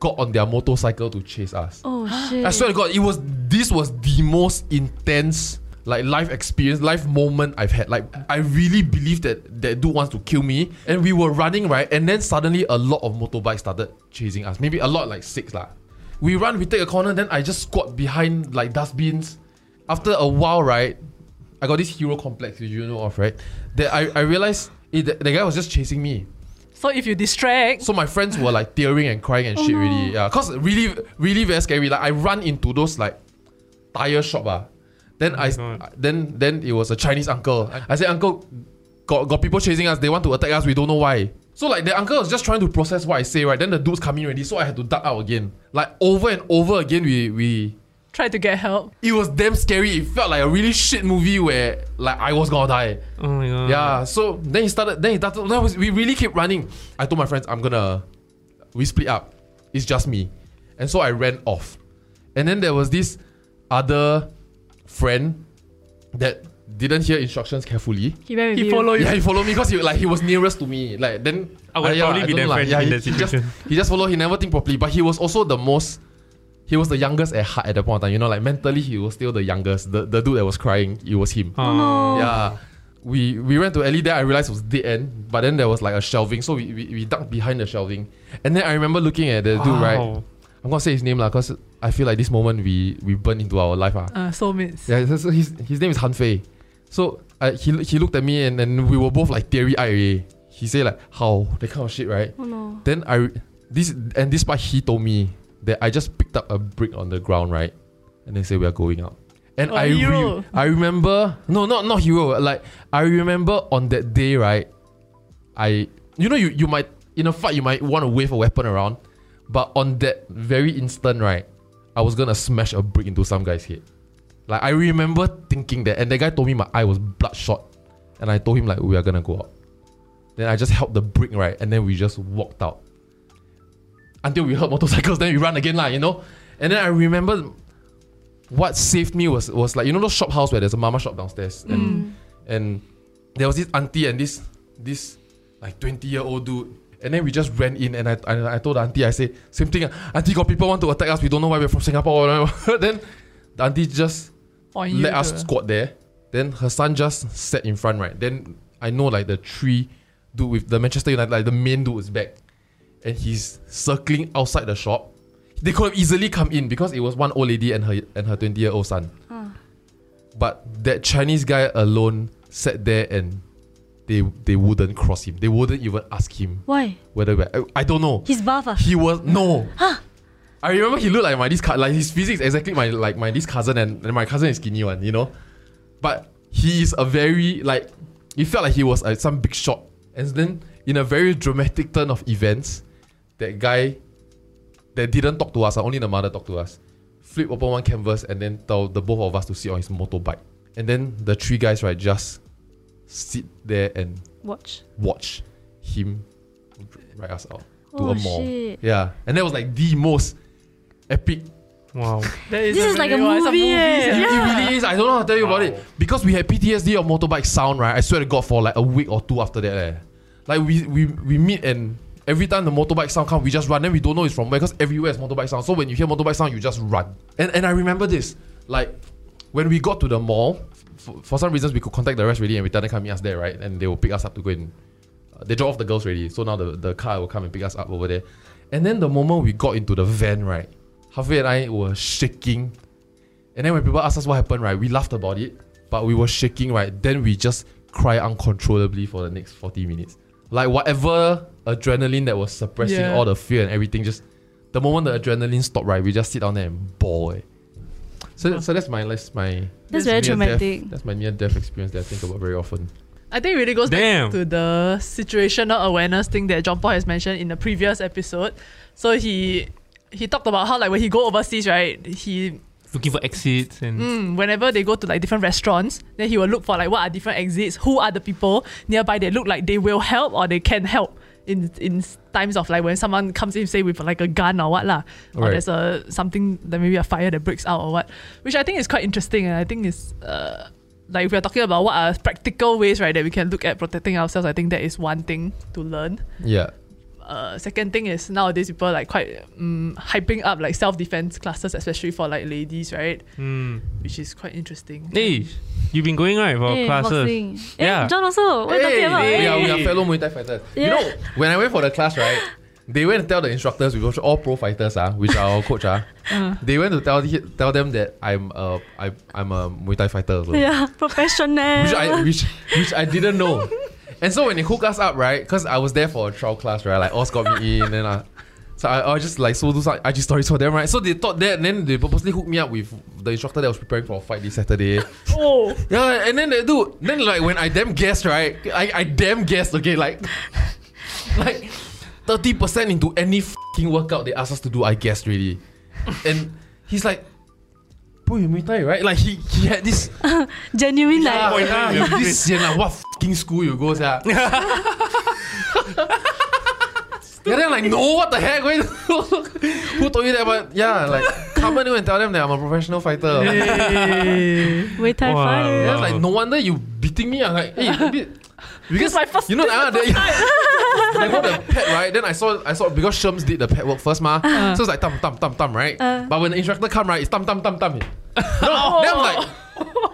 [SPEAKER 1] got on their motorcycle to chase us.
[SPEAKER 4] Oh shit.
[SPEAKER 1] I swear to God, it was this was the most intense like life experience, life moment I've had. Like I really believe that that dude wants to kill me, and we were running right, and then suddenly a lot of motorbikes started chasing us. Maybe a lot like six lah. We run, we take a corner, then I just squat behind like dustbins. After a while, right, I got this hero complex which you know of, right? That I I realized eh, the, the guy was just chasing me.
[SPEAKER 2] So if you distract,
[SPEAKER 1] So my friends were like tearing and crying and shit really. Yeah. Cause really really very scary. Like I run into those like tire shop ah. Then I
[SPEAKER 3] God.
[SPEAKER 1] then then it was a Chinese uncle. I, I said, Uncle, got got people chasing us, they want to attack us, we don't know why. So like the uncle was just trying to process what I say, right? Then the dudes coming already, so I had to duck out again. Like over and over again we we
[SPEAKER 2] try to get help.
[SPEAKER 1] it was damn scary. It felt like a really shit movie where like I was gonna die.
[SPEAKER 3] Oh my god.
[SPEAKER 1] Yeah, so then he started. Then he started. That was, we really kept running. I told my friends, I'm gonna. We split up. It's just me, and so I ran off. And then there was this other friend that didn't hear instructions carefully.
[SPEAKER 4] He very
[SPEAKER 2] He
[SPEAKER 4] revealed.
[SPEAKER 2] follow you.
[SPEAKER 1] Yeah, he followed me because he like he was nearest to me. Like then
[SPEAKER 3] Oh,
[SPEAKER 1] uh,
[SPEAKER 3] I would
[SPEAKER 1] yeah,
[SPEAKER 3] probably be
[SPEAKER 1] don't
[SPEAKER 3] their
[SPEAKER 1] know lah.
[SPEAKER 3] friend in
[SPEAKER 1] he,
[SPEAKER 3] that
[SPEAKER 1] he just
[SPEAKER 3] situation.
[SPEAKER 1] he just followed. He never think properly. But he was also the most. He was the youngest at heart at that point of time. You know, like mentally he was still the youngest. The the dude that was crying, it was him.
[SPEAKER 3] Oh.
[SPEAKER 1] Yeah. We we went to Ellie there, I realized it was dead end, but then there was like a shelving, so we, we, we ducked behind the shelving. And then I remember looking at the dude, right?
[SPEAKER 3] Wow.
[SPEAKER 1] I'm gonna say his name because I feel like this moment we we burn into our life. Ah.
[SPEAKER 2] Uh, soulmates.
[SPEAKER 1] Yeah, so, so his, his name is Han Fei. So I he, he looked at me and then we were both like theory eyed. already. He said like how that kind of shit, right?
[SPEAKER 4] Oh no.
[SPEAKER 1] Then I this and this part he told me that I just picked up a brick on the ground, right? And they say we are going out. And
[SPEAKER 2] Oh,
[SPEAKER 1] I
[SPEAKER 2] hero.
[SPEAKER 1] re- I remember no not not hero like I remember on that day right I you know you, you might in a fight you might want to wave a weapon around but on that very instant right I was gonna smash a brick into some guy's head like I remember thinking that and the guy told me my eye was bloodshot and I told him like we are gonna go out then I just held the brick right and then we just walked out until we heard motorcycles then we run again lah you know and then I remember what saved me was was like you know those shop house where there's a mama shop downstairs
[SPEAKER 2] Hmm.
[SPEAKER 4] Hmm.
[SPEAKER 1] and and there was this auntie and this this like 20 year old dude and then we just ran in and I, I, I told the auntie I say same thing ah. auntie got people want to attack us we don't know why we're from Singapore then the auntie just
[SPEAKER 2] On you.
[SPEAKER 1] let us
[SPEAKER 2] the-
[SPEAKER 1] squat there then her son just sat in front right then I know like the three dude with the Manchester United like the main dude is back and he's circling outside the shop. They could have easily come in because it was one old lady and her and her twenty year old son. But that Chinese guy alone sat there and they they wouldn't cross him. They wouldn't even ask him
[SPEAKER 4] Why?
[SPEAKER 1] whether we're, I- I don't know.
[SPEAKER 4] He's buff. ah.
[SPEAKER 1] He was no. I remember he looked like my this cou- like his physics exactly my like my this cousin and, and my cousin is skinny one, you know. But he is a very like it felt like he was uh, some big shot. And then in a very dramatic turn of events, that guy that didn't talk to us, uh, only the mother talked to us, flip open one canvas and then tell the both of us to sit on his motorbike. And then the three guys right just sit there and
[SPEAKER 4] Watch.
[SPEAKER 1] watch him write us out to
[SPEAKER 4] Oh,
[SPEAKER 1] a mall.
[SPEAKER 4] shit.
[SPEAKER 1] Yeah, and that was like the most epic.
[SPEAKER 3] Wow.
[SPEAKER 2] That is
[SPEAKER 4] This is like a
[SPEAKER 2] video, it's
[SPEAKER 4] movie, eh.
[SPEAKER 1] It-
[SPEAKER 2] movie, yeah.
[SPEAKER 1] It really is. I don't know how to tell you about
[SPEAKER 3] Wow.
[SPEAKER 1] it because we had PTSD of motorbike sound, right? I swear to God, for like a week or two after that, eh. like we we we meet and. Every time the motorbike sound comes, we just run. Then we don't know it's from where because everywhere is motorbike sound. So when you hear motorbike sound, you just run. And and I remember this, like when we got to the mall, for, for some reasons we could contact the rest really and we tell them come meet us there, right? And they will pick us up to go and uh, they drove off the girls already. So now the, the car will come and pick us up over there. And then the moment we got into the van, right, Harvey and I were shaking. And then when people asked us what happened, right, we laughed about it, but we were shaking, right? Then we just cry uncontrollably for the next 40 minutes. Like whatever adrenaline that was suppressing
[SPEAKER 2] Yeah.
[SPEAKER 1] all the fear and everything, just the moment the adrenaline stopped, right, we just sit down there and bawl. eh. So, so that's my that's my
[SPEAKER 4] That's very
[SPEAKER 1] near death-
[SPEAKER 4] traumatic.
[SPEAKER 1] that's my near death experience that I think about very often.
[SPEAKER 2] I think it really goes
[SPEAKER 3] Damn.
[SPEAKER 2] back to the situational awareness thing that John Paul has mentioned in the previous episode. So he he talked about how like when he go overseas, right? He
[SPEAKER 3] Looking for exits and
[SPEAKER 2] mm, whenever they go to like different restaurants, then he will look for like what are different exits, who are the people nearby that look like they will help or they can help in in times of like when someone comes in say with like a gun or what lah, or
[SPEAKER 1] Right.
[SPEAKER 2] there's a something that maybe a fire that breaks out or what, which I think is quite interesting and I think is uh like if we're talking about what are practical ways right that we can look at protecting ourselves, I think that is one thing to learn
[SPEAKER 1] Yeah.
[SPEAKER 2] uh, second thing is nowadays people like quite um, hyping up like self defense classes, especially for like ladies, right? Which is quite interesting.
[SPEAKER 3] Hey, you've been going right for
[SPEAKER 4] Hey,
[SPEAKER 3] Oh, classes.
[SPEAKER 4] boxing. Hey,
[SPEAKER 3] Yeah.
[SPEAKER 4] John also. What are you talking about?
[SPEAKER 3] Hey.
[SPEAKER 1] We are,
[SPEAKER 4] Hey.
[SPEAKER 1] we are fellow Muay Thai fighters. You
[SPEAKER 4] Yeah.
[SPEAKER 1] know, when I went for the class, right, they went to tell the instructors, we were all pro fighters, ah, which are our coach, ah.
[SPEAKER 4] Uh.
[SPEAKER 1] they went to tell the- tell them that I'm a, I, I'm a Muay Thai fighter. also.
[SPEAKER 4] Yeah, professional.
[SPEAKER 1] Which I which, which I didn't know. And so when they hook us up, right, because I was there for a trial class, right, like Oz got me in, and I, so I, I was just like so do some IG stories for them, right? So they thought that, and then they purposely hooked me up with the instructor that was preparing for a fight this Saturday.
[SPEAKER 2] Oh,
[SPEAKER 1] Yeah, and then they do. Then like when I damn guessed, right? I, I damn guessed. Okay, like like thirty percent into any fucking workout they ask us to do, I guessed really. And he's like, "Bro, you Muay Thai, right?" Like he he had this
[SPEAKER 4] Genuine, like.
[SPEAKER 3] point
[SPEAKER 1] ah,
[SPEAKER 3] nine.
[SPEAKER 1] you have this sian, like, what fucking school you go, sia? yeah. then like no, what the heck? Wait, who told you that? But yeah, like come on and tell them that I'm a professional fighter.
[SPEAKER 4] Way Thai
[SPEAKER 3] Wow.
[SPEAKER 4] fire.
[SPEAKER 1] Then I was like, no wonder you beating me. I'm like, hey, a bit. Because
[SPEAKER 2] my first-
[SPEAKER 1] you know, ah, the, they got the pet right. Then I saw, I saw because Sherms did the pet work first, ma. So it's like thumb, thump, thump, thump, right? But when the instructor come, right, it's thumb, thump, thump, thump. No, Oh. then I'm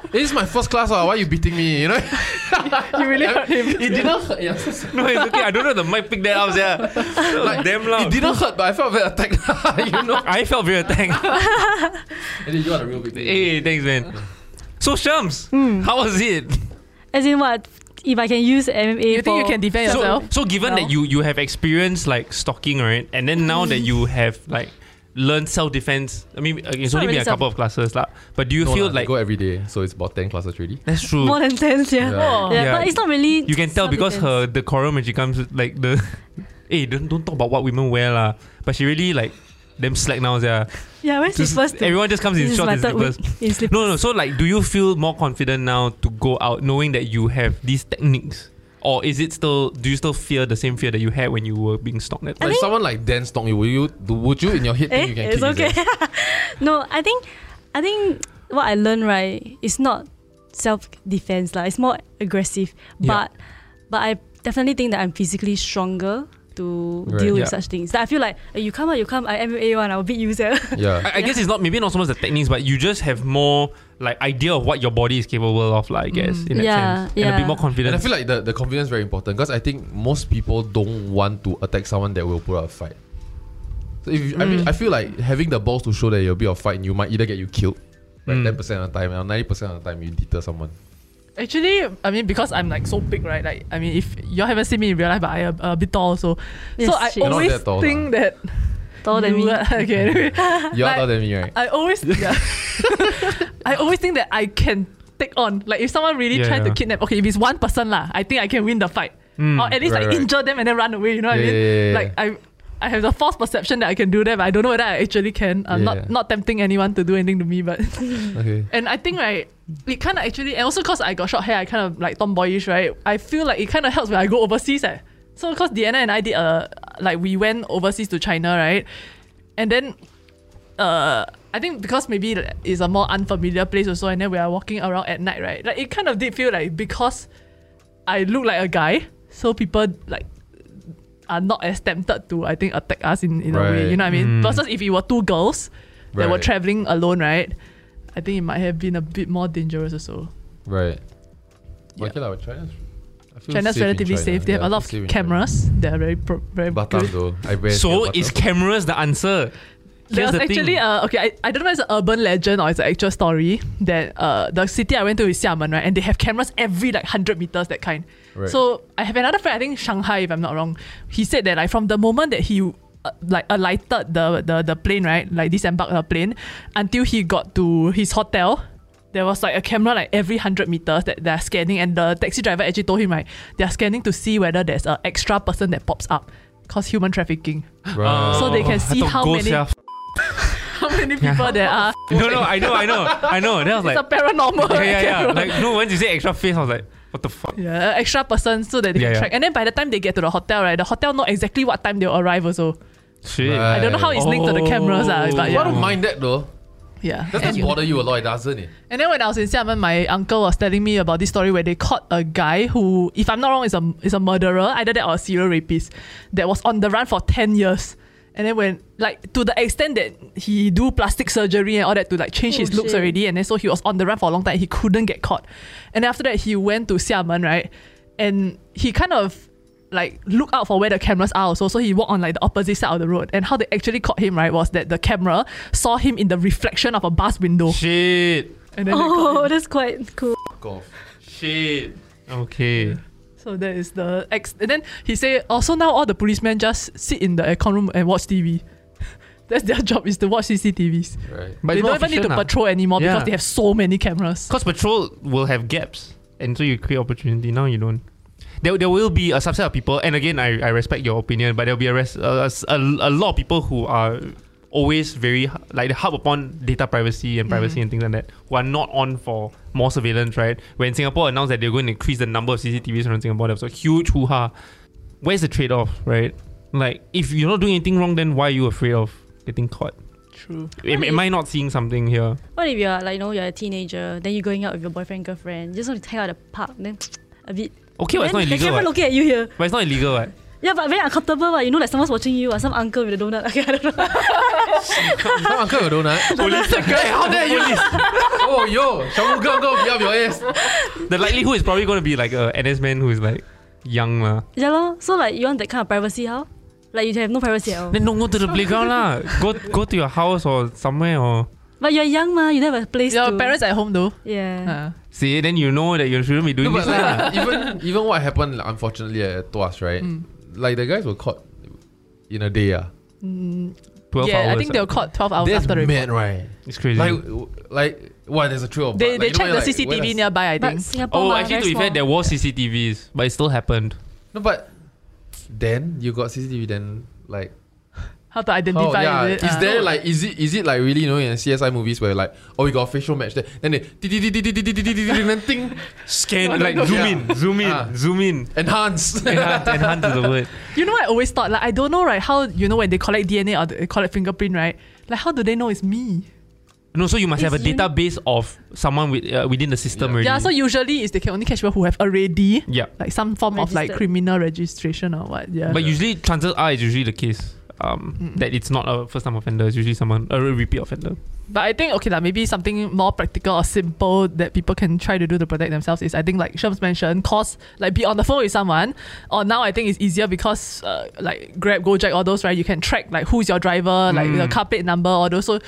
[SPEAKER 1] like, this is my first class. ah, why you beating me? You know,
[SPEAKER 2] you really hurt him.
[SPEAKER 1] it didn't hurt. Yeah, so- so-
[SPEAKER 3] No, it's okay. I don't know. The mic picked that up. Yeah, That was damn
[SPEAKER 1] it
[SPEAKER 3] loud.
[SPEAKER 1] didn't hurt, but I felt very attacked. you know,
[SPEAKER 3] I felt very attacked.
[SPEAKER 1] and then you are the real victim.
[SPEAKER 3] hey, thanks, man. So Shams,
[SPEAKER 4] Hmm.
[SPEAKER 3] how was it?
[SPEAKER 4] As in what? If I can use MMA
[SPEAKER 2] You think you
[SPEAKER 4] for-
[SPEAKER 2] can defend
[SPEAKER 3] So,
[SPEAKER 2] yourself?
[SPEAKER 3] so given
[SPEAKER 4] No.
[SPEAKER 3] that you you have experienced like stalking, right, and then now that you have like learned self defense, I mean, okay, it's
[SPEAKER 4] Not
[SPEAKER 3] only
[SPEAKER 4] really
[SPEAKER 3] been a couple of classes, lah. But do you
[SPEAKER 1] No,
[SPEAKER 3] feel
[SPEAKER 1] lah, they
[SPEAKER 3] like
[SPEAKER 1] go every day, so it's about ten classes already.
[SPEAKER 3] that's true?
[SPEAKER 4] More than ten, yeah.
[SPEAKER 1] Yeah. Oh.
[SPEAKER 4] Yeah.
[SPEAKER 3] Yeah.
[SPEAKER 4] but it's not really.
[SPEAKER 3] You can tell because her
[SPEAKER 4] self-defense.
[SPEAKER 3] decorum when she comes like the, hey, don't don't talk about what women wear, lah. But she really like them slack now, yeah.
[SPEAKER 4] Yeah, where's his
[SPEAKER 3] Just,
[SPEAKER 4] first?
[SPEAKER 3] everyone just comes in
[SPEAKER 4] This is
[SPEAKER 3] shorts
[SPEAKER 4] my
[SPEAKER 3] and
[SPEAKER 4] third
[SPEAKER 3] slippers.
[SPEAKER 4] week in slippers.
[SPEAKER 3] No, no. So, like, do you feel more confident now to go out knowing that you have these techniques, or is it still? Do you still fear the same fear that you had when you were being stalked? At
[SPEAKER 1] Like if someone like Dan stalked you, would you do, would you in your head think you
[SPEAKER 4] Eh,
[SPEAKER 1] can
[SPEAKER 4] it's
[SPEAKER 1] kick his
[SPEAKER 4] okay.
[SPEAKER 1] ass?
[SPEAKER 4] no, I think, I think what I learned right is not self defense lah. It's more aggressive,
[SPEAKER 1] Yeah.
[SPEAKER 4] but but I definitely think that I'm physically stronger to
[SPEAKER 1] Right.
[SPEAKER 4] deal
[SPEAKER 3] Yeah.
[SPEAKER 4] with such things. Like, I feel like eh, you come, ah, you come. I MMA one, I'll beat you. sir.
[SPEAKER 1] Yeah.
[SPEAKER 3] I, I guess it's not maybe not so much the techniques, but you just have more like idea of what your body is capable of. Like, I guess
[SPEAKER 2] Mm,
[SPEAKER 3] in that
[SPEAKER 4] Yeah,
[SPEAKER 3] sense, and a bit
[SPEAKER 4] yeah.
[SPEAKER 3] more confident.
[SPEAKER 1] And I feel like the, the confidence is very important because I think most people don't want to attack someone that will put up a fight. So if you- I
[SPEAKER 2] Mm.
[SPEAKER 1] mean, I feel like having the balls to show that you're a bit of fight, you might either get you killed. Like
[SPEAKER 3] Mm.
[SPEAKER 1] 10% of the time, or 90% of the time, you deter someone.
[SPEAKER 2] Actually, I mean, because I'm like so big, right? Like, I mean, if you all haven't seen me in real life, but I am a bit tall, so
[SPEAKER 4] Yes,
[SPEAKER 2] so I
[SPEAKER 4] she is. You're
[SPEAKER 1] not
[SPEAKER 2] always
[SPEAKER 1] that tall,
[SPEAKER 2] think that
[SPEAKER 4] Taller than
[SPEAKER 2] you
[SPEAKER 4] me.
[SPEAKER 2] are- okay, anyway.
[SPEAKER 1] You're
[SPEAKER 2] Like-
[SPEAKER 1] taller than me, right?
[SPEAKER 2] I always, yeah. I always think that I can take on. Like, if someone really
[SPEAKER 3] Yeah,
[SPEAKER 2] try
[SPEAKER 3] yeah.
[SPEAKER 2] to kidnap, okay, if it's one person lah, I think I can win the fight, or at least
[SPEAKER 1] Mm, Right,
[SPEAKER 2] like
[SPEAKER 1] right.
[SPEAKER 2] injure them and then run away. You know what
[SPEAKER 1] Yeah,
[SPEAKER 2] I mean?
[SPEAKER 1] yeah, yeah,
[SPEAKER 2] Like I. I have the false perception that I can do that, but I don't know whether I actually can. I'm
[SPEAKER 1] Yeah.
[SPEAKER 2] not not tempting anyone to do anything to me, but
[SPEAKER 1] Okay.
[SPEAKER 2] and I think right, it kind of actually, and also because I got short hair, I kind of like tomboyish, right? I feel like it kind of helps when I go overseas. Eh. So because Diana and I did uh like we went overseas to China, right? And then, uh, I think because maybe it's a more unfamiliar place also, and then we are walking around at night, right? Like it kind of did feel like because I look like a guy, so people like are not as tempted to I think attack us in, in a way.
[SPEAKER 1] Right.
[SPEAKER 2] You know what I mean? Versus if it were two girls that were
[SPEAKER 1] Right.
[SPEAKER 2] traveling alone, right? I
[SPEAKER 1] Mm,
[SPEAKER 2] think it might have been a bit more dangerous also.
[SPEAKER 1] Right. But
[SPEAKER 2] Yeah.
[SPEAKER 1] okay, lah, but China's, I feel
[SPEAKER 2] China's
[SPEAKER 1] safe in
[SPEAKER 2] relatively
[SPEAKER 1] China.
[SPEAKER 2] safe. They have
[SPEAKER 1] Yeah, I
[SPEAKER 2] a lot
[SPEAKER 1] feel safe in
[SPEAKER 2] of
[SPEAKER 1] China.
[SPEAKER 2] cameras. They are very pro- very
[SPEAKER 1] Batam
[SPEAKER 2] good.
[SPEAKER 1] though. I bet.
[SPEAKER 3] So
[SPEAKER 1] yeah,
[SPEAKER 3] is
[SPEAKER 1] Batam.
[SPEAKER 3] cameras the answer?
[SPEAKER 2] There
[SPEAKER 3] Here's
[SPEAKER 2] was
[SPEAKER 3] the
[SPEAKER 2] actually
[SPEAKER 3] thing.
[SPEAKER 2] uh, okay. I, I don't know if it's an urban legend or it's an actual story that uh, the city I went to is Xiamen, right? And they have cameras every like hundred meters, that kind.
[SPEAKER 1] Right.
[SPEAKER 2] So I have another friend, I think Shanghai, if I'm not wrong. He said that like from the moment that he uh, like alighted the, the the plane, right, like disembarked the plane, until he got to his hotel. There was like a camera like every hundred meters that they're scanning, and the taxi driver actually told him right, they're scanning to see whether there's an extra person that pops up, cause human trafficking.
[SPEAKER 1] Right.
[SPEAKER 2] So they can
[SPEAKER 3] I
[SPEAKER 2] see
[SPEAKER 3] thought
[SPEAKER 2] how
[SPEAKER 3] ghosts,
[SPEAKER 2] many-
[SPEAKER 3] yeah.
[SPEAKER 2] How many people there are?
[SPEAKER 3] No, no, I know, I know, I know. Then I was
[SPEAKER 2] it's
[SPEAKER 3] like,
[SPEAKER 2] a paranormal.
[SPEAKER 3] yeah, yeah, yeah.
[SPEAKER 2] camera.
[SPEAKER 3] Like no, once you say extra face, I was like, what the fuck?
[SPEAKER 2] Yeah, a extra person so that they
[SPEAKER 3] Yeah,
[SPEAKER 2] can
[SPEAKER 3] yeah.
[SPEAKER 2] track. And then by the time they get to the hotel, right, the hotel know exactly what time they'll arrive also.
[SPEAKER 3] Shit.
[SPEAKER 1] Right.
[SPEAKER 2] I don't know how it's linked to the cameras, ah, but
[SPEAKER 1] I
[SPEAKER 2] yeah.
[SPEAKER 1] don't mind that though.
[SPEAKER 2] Yeah.
[SPEAKER 1] That
[SPEAKER 2] And,
[SPEAKER 1] doesn't bother you a lot, doesn't eh? it?
[SPEAKER 2] and then when I was in Xiamen, my uncle was telling me about this story where they caught a guy who, if I'm not wrong, is a is a murderer, either that or a serial rapist, that was on the run for ten years. And then when like to the extent that he do plastic surgery and all that to like change
[SPEAKER 4] Oh,
[SPEAKER 2] his looks
[SPEAKER 4] shit.
[SPEAKER 2] already, and then so he was on the run for a long time. He couldn't get caught, and after that he went to Xiamen, right? And he kind of like look out for where the cameras are also. So he walked on like the opposite side of the road. And how they actually caught him, right, was that the camera saw him in the reflection of a bus window.
[SPEAKER 3] Shit.
[SPEAKER 2] And then they caught him.
[SPEAKER 4] Oh, that's quite cool.
[SPEAKER 1] Golf.
[SPEAKER 3] Shit. Okay.
[SPEAKER 2] So that is the ex. And then he say, also now all the policemen just sit in the aircon room and watch TV. That's their job is to watch CCTVs.
[SPEAKER 1] Right.
[SPEAKER 3] But
[SPEAKER 2] they don't even need
[SPEAKER 1] ah.
[SPEAKER 2] to patrol anymore
[SPEAKER 3] Yeah.
[SPEAKER 2] because they have so many cameras.
[SPEAKER 3] Because patrol will have gaps, and so you create opportunity. Now you don't. There, there will be a subset of people, and again, I, I respect your opinion, but there'll be a, res, a, a, a lot of people who are always very h- like they harp upon data privacy and privacy and things like that, who are not on for more surveillance, right? When Singapore announced that they're going to increase the number of CCTVs around Singapore, there was a huge hoo ha. Where's the trade off, right? Like, if you're not doing anything wrong, then why are you afraid of getting caught?
[SPEAKER 2] True.
[SPEAKER 3] Am, am I not seeing something here?
[SPEAKER 4] What if you're like you know you're a teenager, then you're going out with your boyfriend, girlfriend, you just want to hang out at the park, then a bit.
[SPEAKER 3] Okay, but it's not
[SPEAKER 4] then the
[SPEAKER 3] illegal.
[SPEAKER 4] camera
[SPEAKER 3] what?
[SPEAKER 4] looking at you here.
[SPEAKER 3] But it's not illegal, what?
[SPEAKER 4] Yeah, but very uncomfortable. What? You know, like someone's watching you or some uncle with a donut. Okay, I don't know.
[SPEAKER 1] Come on, come on, donut.
[SPEAKER 3] Police, how dare you
[SPEAKER 1] Oh, yo, Shamu, go, go, be up your ass.
[SPEAKER 3] The likelihood is probably going to be like a NS man who is like young lah.
[SPEAKER 4] yeah, lor. So like you want that kind of privacy? How? Like you have no privacy at all.
[SPEAKER 3] Then don't go to the playground lah. Go go to your house or somewhere or
[SPEAKER 4] But you're young, ma. You don't have a place.
[SPEAKER 2] Your
[SPEAKER 4] to-
[SPEAKER 2] parents at home though.
[SPEAKER 3] Ah,
[SPEAKER 4] Yeah.
[SPEAKER 2] Uh,
[SPEAKER 3] see. Then you know that you shouldn't be doing
[SPEAKER 1] No, but
[SPEAKER 3] this lah.
[SPEAKER 1] like, even even what happened like, unfortunately at Tuas, right?
[SPEAKER 2] Mm.
[SPEAKER 1] Like the guys were caught in a day. Ah,
[SPEAKER 3] Twelve
[SPEAKER 2] yeah,
[SPEAKER 3] hours.
[SPEAKER 2] I think they were caught 12 hours
[SPEAKER 1] uh, that's
[SPEAKER 2] after the report.
[SPEAKER 1] mad, right?
[SPEAKER 3] It's crazy.
[SPEAKER 1] Like w- like why there's a trail of
[SPEAKER 2] They,
[SPEAKER 1] blood.
[SPEAKER 2] they
[SPEAKER 1] like, you know,
[SPEAKER 2] checked the
[SPEAKER 1] like,
[SPEAKER 2] CCTV
[SPEAKER 1] when I-
[SPEAKER 2] nearby, I
[SPEAKER 4] But
[SPEAKER 2] think.
[SPEAKER 4] Singapore,
[SPEAKER 3] oh,
[SPEAKER 4] mah,
[SPEAKER 3] actually,
[SPEAKER 4] very
[SPEAKER 3] to be fair,
[SPEAKER 4] small.
[SPEAKER 3] there was CCTVs, but it still happened.
[SPEAKER 1] No, but then you got CCTV. Then like
[SPEAKER 2] How to
[SPEAKER 1] oh
[SPEAKER 2] identify
[SPEAKER 1] yeah,
[SPEAKER 2] is it?
[SPEAKER 1] is
[SPEAKER 2] Ah.
[SPEAKER 1] there like is it is it like really you know in CSI movies where like oh we got a facial match there then they dee- dee- dee- dee- dee- dee- dee- dee- dee- dee- then ting
[SPEAKER 3] Scan like
[SPEAKER 1] no.
[SPEAKER 3] zoom
[SPEAKER 1] Yeah.
[SPEAKER 3] in, zoom in,
[SPEAKER 1] Ah.
[SPEAKER 3] zoom in.
[SPEAKER 1] enhance.
[SPEAKER 3] Enhance, enhance is the word.
[SPEAKER 2] You know, I always thought like I don't know right how you know when they collect DNA or they collect fingerprint right, like how do they know it's me?
[SPEAKER 3] No, so you must have a
[SPEAKER 4] It's uni-
[SPEAKER 3] database of someone with, uh, within the system already.
[SPEAKER 2] Yeah, so usually is they can only catch people who have already
[SPEAKER 3] yeah.
[SPEAKER 2] like some form of like
[SPEAKER 4] Registered.
[SPEAKER 2] criminal registration or what. Yeah,
[SPEAKER 3] But usually, chances are it's usually the case um, that it's not a first time offender. It's usually someone a repeat offender.
[SPEAKER 2] But I think okay lah, maybe something more practical or simple that people can try to do to protect themselves is I think like Shams mentioned, cause like be on the phone with someone. Or now I think it's easier because uh, like Grab, Gojek, all those right, you can track like who's your driver, like
[SPEAKER 3] Mm.
[SPEAKER 2] the car plate number, all those. So,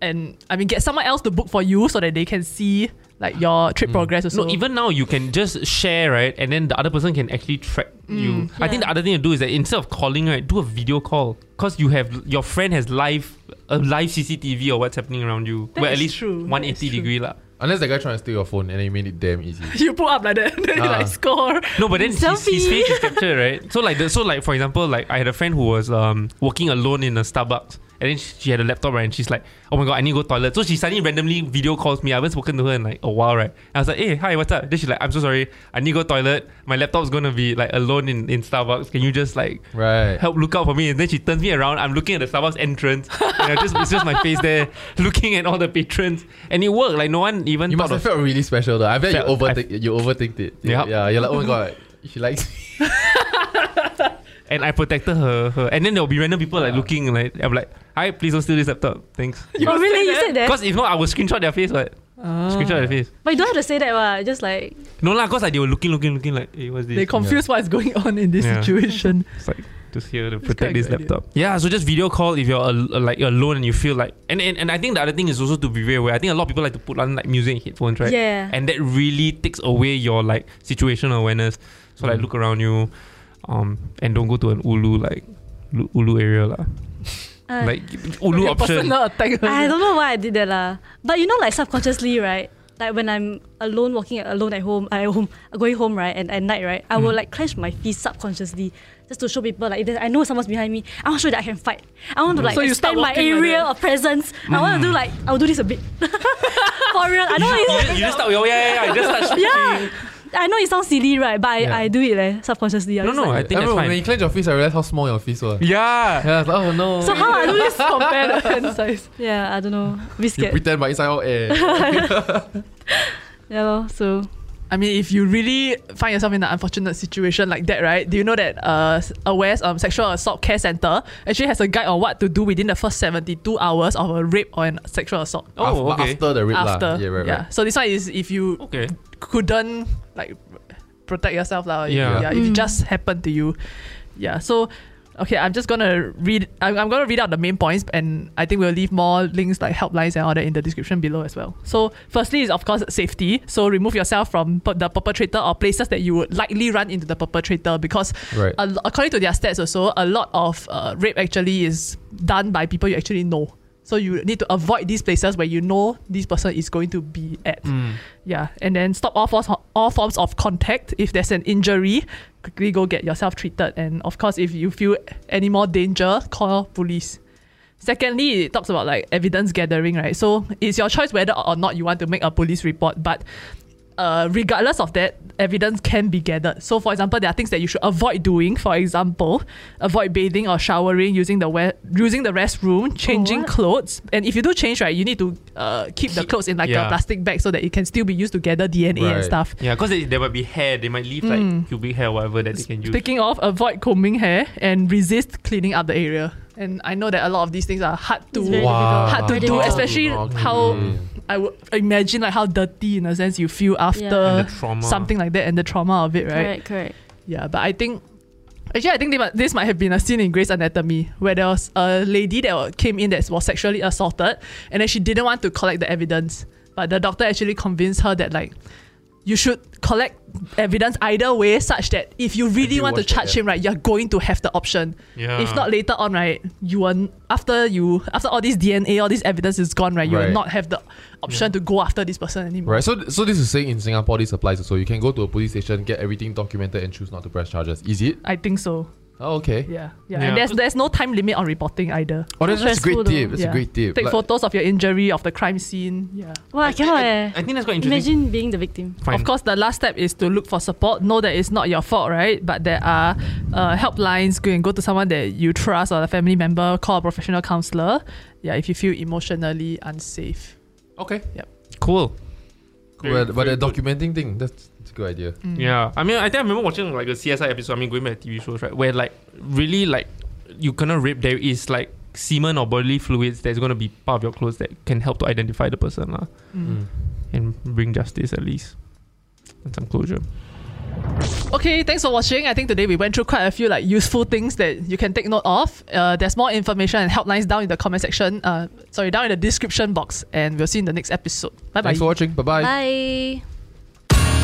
[SPEAKER 2] and I mean get someone else to book for you so that they can see like your trip progress. Also.
[SPEAKER 3] Mm. no, even now you can just share right, and then the other person can actually track
[SPEAKER 2] Mm,
[SPEAKER 3] you. I think
[SPEAKER 4] yeah.
[SPEAKER 3] the other thing to do is that instead of calling right, do a video call because you have your friend has live a live CCTV or what's happening around you.
[SPEAKER 2] That
[SPEAKER 3] well, at
[SPEAKER 2] is
[SPEAKER 3] least
[SPEAKER 2] true. That
[SPEAKER 3] one eighty
[SPEAKER 2] is true.
[SPEAKER 3] degree lah.
[SPEAKER 1] Unless the guy trying to steal your phone and then you made it damn easy.
[SPEAKER 2] you put up like that, then you
[SPEAKER 1] Ah.
[SPEAKER 2] like score.
[SPEAKER 3] No, but then his, his
[SPEAKER 4] Selfie.
[SPEAKER 3] face is captured, right? So like, the, so like for example, like I had a friend who was um working alone in a Starbucks, and then she, she had a laptop, right? And she's like, "Oh my god, I need to go toilet." So she suddenly randomly video calls me. I haven't spoken to her in like a while, right? I was like, "Hey, hi, what's up?" Then she's like, "I'm so sorry, I need to go toilet. My laptop's gonna be like alone in in Starbucks. Can you just like
[SPEAKER 1] Right.
[SPEAKER 3] help look out for me?" And then she turns me around. I'm looking at the Starbucks entrance, and I just it's just my face there looking at all the patrons, and it worked. Like no one even
[SPEAKER 1] You
[SPEAKER 3] thought
[SPEAKER 1] must have
[SPEAKER 3] of.
[SPEAKER 1] felt really special though. I bet
[SPEAKER 3] Felt-
[SPEAKER 1] you overthink you overthinked it.
[SPEAKER 3] Yup.
[SPEAKER 1] Yeah, you're like, oh my god, she likes
[SPEAKER 3] and I protected her, her. And then there will be random people like looking like I'm like, hi, please don't steal this laptop. Thanks.
[SPEAKER 4] Oh, really? You said that?
[SPEAKER 3] Because if not, I will screenshot their face. But
[SPEAKER 2] Ah.
[SPEAKER 3] Screenshot the face.
[SPEAKER 4] But you don't have to say that, wa. Just like
[SPEAKER 3] No lah, cause like they were looking, looking, looking like, hey, what's this?
[SPEAKER 2] They confuse what is going on in this
[SPEAKER 3] Yeah.
[SPEAKER 2] situation.
[SPEAKER 3] It's like just here to
[SPEAKER 2] quite a
[SPEAKER 3] protect this
[SPEAKER 2] good idea.
[SPEAKER 3] laptop. Yeah, so just video call if you're al- like alone and you feel like and, and and I think the other thing is also to be very aware. I think a lot of people like to put on like music and headphones, right?
[SPEAKER 4] Yeah.
[SPEAKER 3] And that really takes away your like situational awareness. So like look around you, um, and don't go to an ulu like lu- ulu area lah.
[SPEAKER 4] uh,
[SPEAKER 3] Like
[SPEAKER 2] Okay,
[SPEAKER 3] ulu option.
[SPEAKER 2] Personal attack.
[SPEAKER 4] I don't know why I did that lah. But you know, like subconsciously, right? Like when I'm alone, walking alone at home, at home, going home, right, and at night, right, I will like clench my feet subconsciously just to show people like if there's- I know someone's behind me, I want to show that I can fight. I want to like
[SPEAKER 2] So you start
[SPEAKER 4] expand my
[SPEAKER 2] walking like
[SPEAKER 4] area
[SPEAKER 2] that.
[SPEAKER 4] of presence. I want to do like I'll do this a bit for real. I know
[SPEAKER 3] You
[SPEAKER 4] it's
[SPEAKER 3] just, you just start. Oh yeah, yeah, yeah. You just start.
[SPEAKER 4] yeah. I know it sounds silly, right? But I,
[SPEAKER 3] Yeah.
[SPEAKER 4] I do it leh, subconsciously. I'm
[SPEAKER 3] No,
[SPEAKER 4] just
[SPEAKER 3] no,
[SPEAKER 4] like-
[SPEAKER 3] I think that's
[SPEAKER 1] remember when
[SPEAKER 3] fine.
[SPEAKER 1] you clench your fist, I realized how small your fist was.
[SPEAKER 3] Yeah.
[SPEAKER 1] Yeah, I was like, oh no.
[SPEAKER 4] so how I do
[SPEAKER 2] Let's
[SPEAKER 4] this?
[SPEAKER 2] compare the hand size.
[SPEAKER 4] Yeah, I don't know. A bit
[SPEAKER 1] you
[SPEAKER 4] scared.
[SPEAKER 1] pretend but oh, inside all air.
[SPEAKER 4] Yeah, lor, so
[SPEAKER 2] I mean, if you really find yourself in an unfortunate situation like that, right? Do you know that uh, Aware's um, Sexual Assault Care Center actually has a guide on what to do within the first 72 hours of a rape or an sexual assault?
[SPEAKER 3] Oh,
[SPEAKER 1] after,
[SPEAKER 3] okay.
[SPEAKER 1] after the rip
[SPEAKER 2] after,
[SPEAKER 1] lah. Yeah, right, right.
[SPEAKER 2] So this one is if you
[SPEAKER 3] Okay.
[SPEAKER 2] couldn't like protect yourself lah. Yeah.
[SPEAKER 3] Yeah.
[SPEAKER 2] yeah If it just happened to you, yeah. So okay, I'm just gonna read. I'm, I'm gonna read out the main points, and I think we'll leave more links like helplines and all that in the description below as well. So firstly is of course safety. So remove yourself from per- the perpetrator or places that you would likely run into the perpetrator because
[SPEAKER 1] Right.
[SPEAKER 2] a lo- according to their stats also a lot of uh, rape actually is done by people you actually know. So you need to avoid these places where you know this person is going to be at. Yeah, and then stop all forms all forms of contact. If there's an injury, quickly go get yourself treated. And of course, if you feel any more danger, call police. Secondly, it talks about like evidence gathering, right? So it's your choice whether or not you want to make a police report, but uh, regardless of that, evidence can be gathered. So, for example, there are things that you should avoid doing. For example, avoid bathing or showering, using the we- using the restroom, changing
[SPEAKER 4] what?
[SPEAKER 2] clothes, and if you do change, right, you need to uh, keep the clothes in like
[SPEAKER 3] yeah.
[SPEAKER 2] a plastic bag so that it can still be used to gather DNA and
[SPEAKER 1] Right.
[SPEAKER 2] stuff.
[SPEAKER 3] Yeah, because there might be hair. They might leave like pubic hair, or whatever that they can use.
[SPEAKER 2] Speaking of, avoid combing hair and resist cleaning up the area. And I know that a lot of these things are hard to
[SPEAKER 4] It's very
[SPEAKER 1] Wow.
[SPEAKER 2] hard to
[SPEAKER 4] Very
[SPEAKER 2] do,
[SPEAKER 4] difficult.
[SPEAKER 2] especially
[SPEAKER 1] Okay.
[SPEAKER 2] how
[SPEAKER 1] Mm.
[SPEAKER 2] I would imagine like how dirty in a sense you feel
[SPEAKER 4] Yeah.
[SPEAKER 2] after
[SPEAKER 3] And the trauma.
[SPEAKER 2] something like that and the trauma of it, right?
[SPEAKER 4] correct, correct.
[SPEAKER 2] Yeah, but I think actually I think they, might- this might have been a scene in Grey's Anatomy where there was a lady that came in that was sexually assaulted, and then she didn't want to collect the evidence, but the doctor actually convinced her that like. You should collect evidence either way, such that if you really
[SPEAKER 1] you
[SPEAKER 2] want to
[SPEAKER 1] watch that,
[SPEAKER 2] charge
[SPEAKER 1] yeah.
[SPEAKER 2] him, right, you're going to have the option.
[SPEAKER 3] Yeah.
[SPEAKER 2] If not later on, right, you are n- after you after all this DNA, all this evidence is gone, right, you
[SPEAKER 1] Right.
[SPEAKER 2] will not have the option to go after this person anymore.
[SPEAKER 1] Right, so so this is saying in Singapore this applies. So you can go to a police station, get everything documented, and choose not to press charges. Is it?
[SPEAKER 2] I think so.
[SPEAKER 1] Oh, okay.
[SPEAKER 2] Yeah, yeah.
[SPEAKER 3] Yeah.
[SPEAKER 2] And there's there's no time limit on reporting either.
[SPEAKER 1] Oh, that's, that's a
[SPEAKER 4] Stressful
[SPEAKER 1] great
[SPEAKER 4] though.
[SPEAKER 1] tip. That's
[SPEAKER 2] Yeah.
[SPEAKER 1] a great tip.
[SPEAKER 2] Take
[SPEAKER 1] Like-
[SPEAKER 2] photos of your injury, of the crime scene. Yeah.
[SPEAKER 4] Wow, I cannot. eh.
[SPEAKER 3] I think that's quite interesting.
[SPEAKER 4] Imagine being the victim.
[SPEAKER 3] Fine.
[SPEAKER 2] Of course, the last step is to look for support. Know that it's not your fault, right? But there are uh, helplines. Go and go to someone that you trust or a family member. Call a professional counselor. Yeah, if you feel emotionally unsafe.
[SPEAKER 1] Okay.
[SPEAKER 3] Cool.
[SPEAKER 1] Cool.
[SPEAKER 3] Very-
[SPEAKER 1] but the
[SPEAKER 3] very good.
[SPEAKER 1] documenting thing, that's, that's a good idea.
[SPEAKER 3] Yeah, I mean, I think I remember watching like a CSI episode. I mean, going back to TV shows, right? Where like really like you cannot rape. There is like semen or bodily fluids that's gonna be part of your clothes that can help to identify the person lah,
[SPEAKER 1] Mm.
[SPEAKER 3] and bring justice at least and some closure.
[SPEAKER 2] Okay, thanks for watching. I think today we went through quite a few like useful things that you can take note of. Uh, there's more information and helplines down in the comment section. Uh, sorry, down in the description box. And we'll see you in the next episode. Bye bye.
[SPEAKER 1] Thanks for watching. Bye-bye.
[SPEAKER 4] Bye.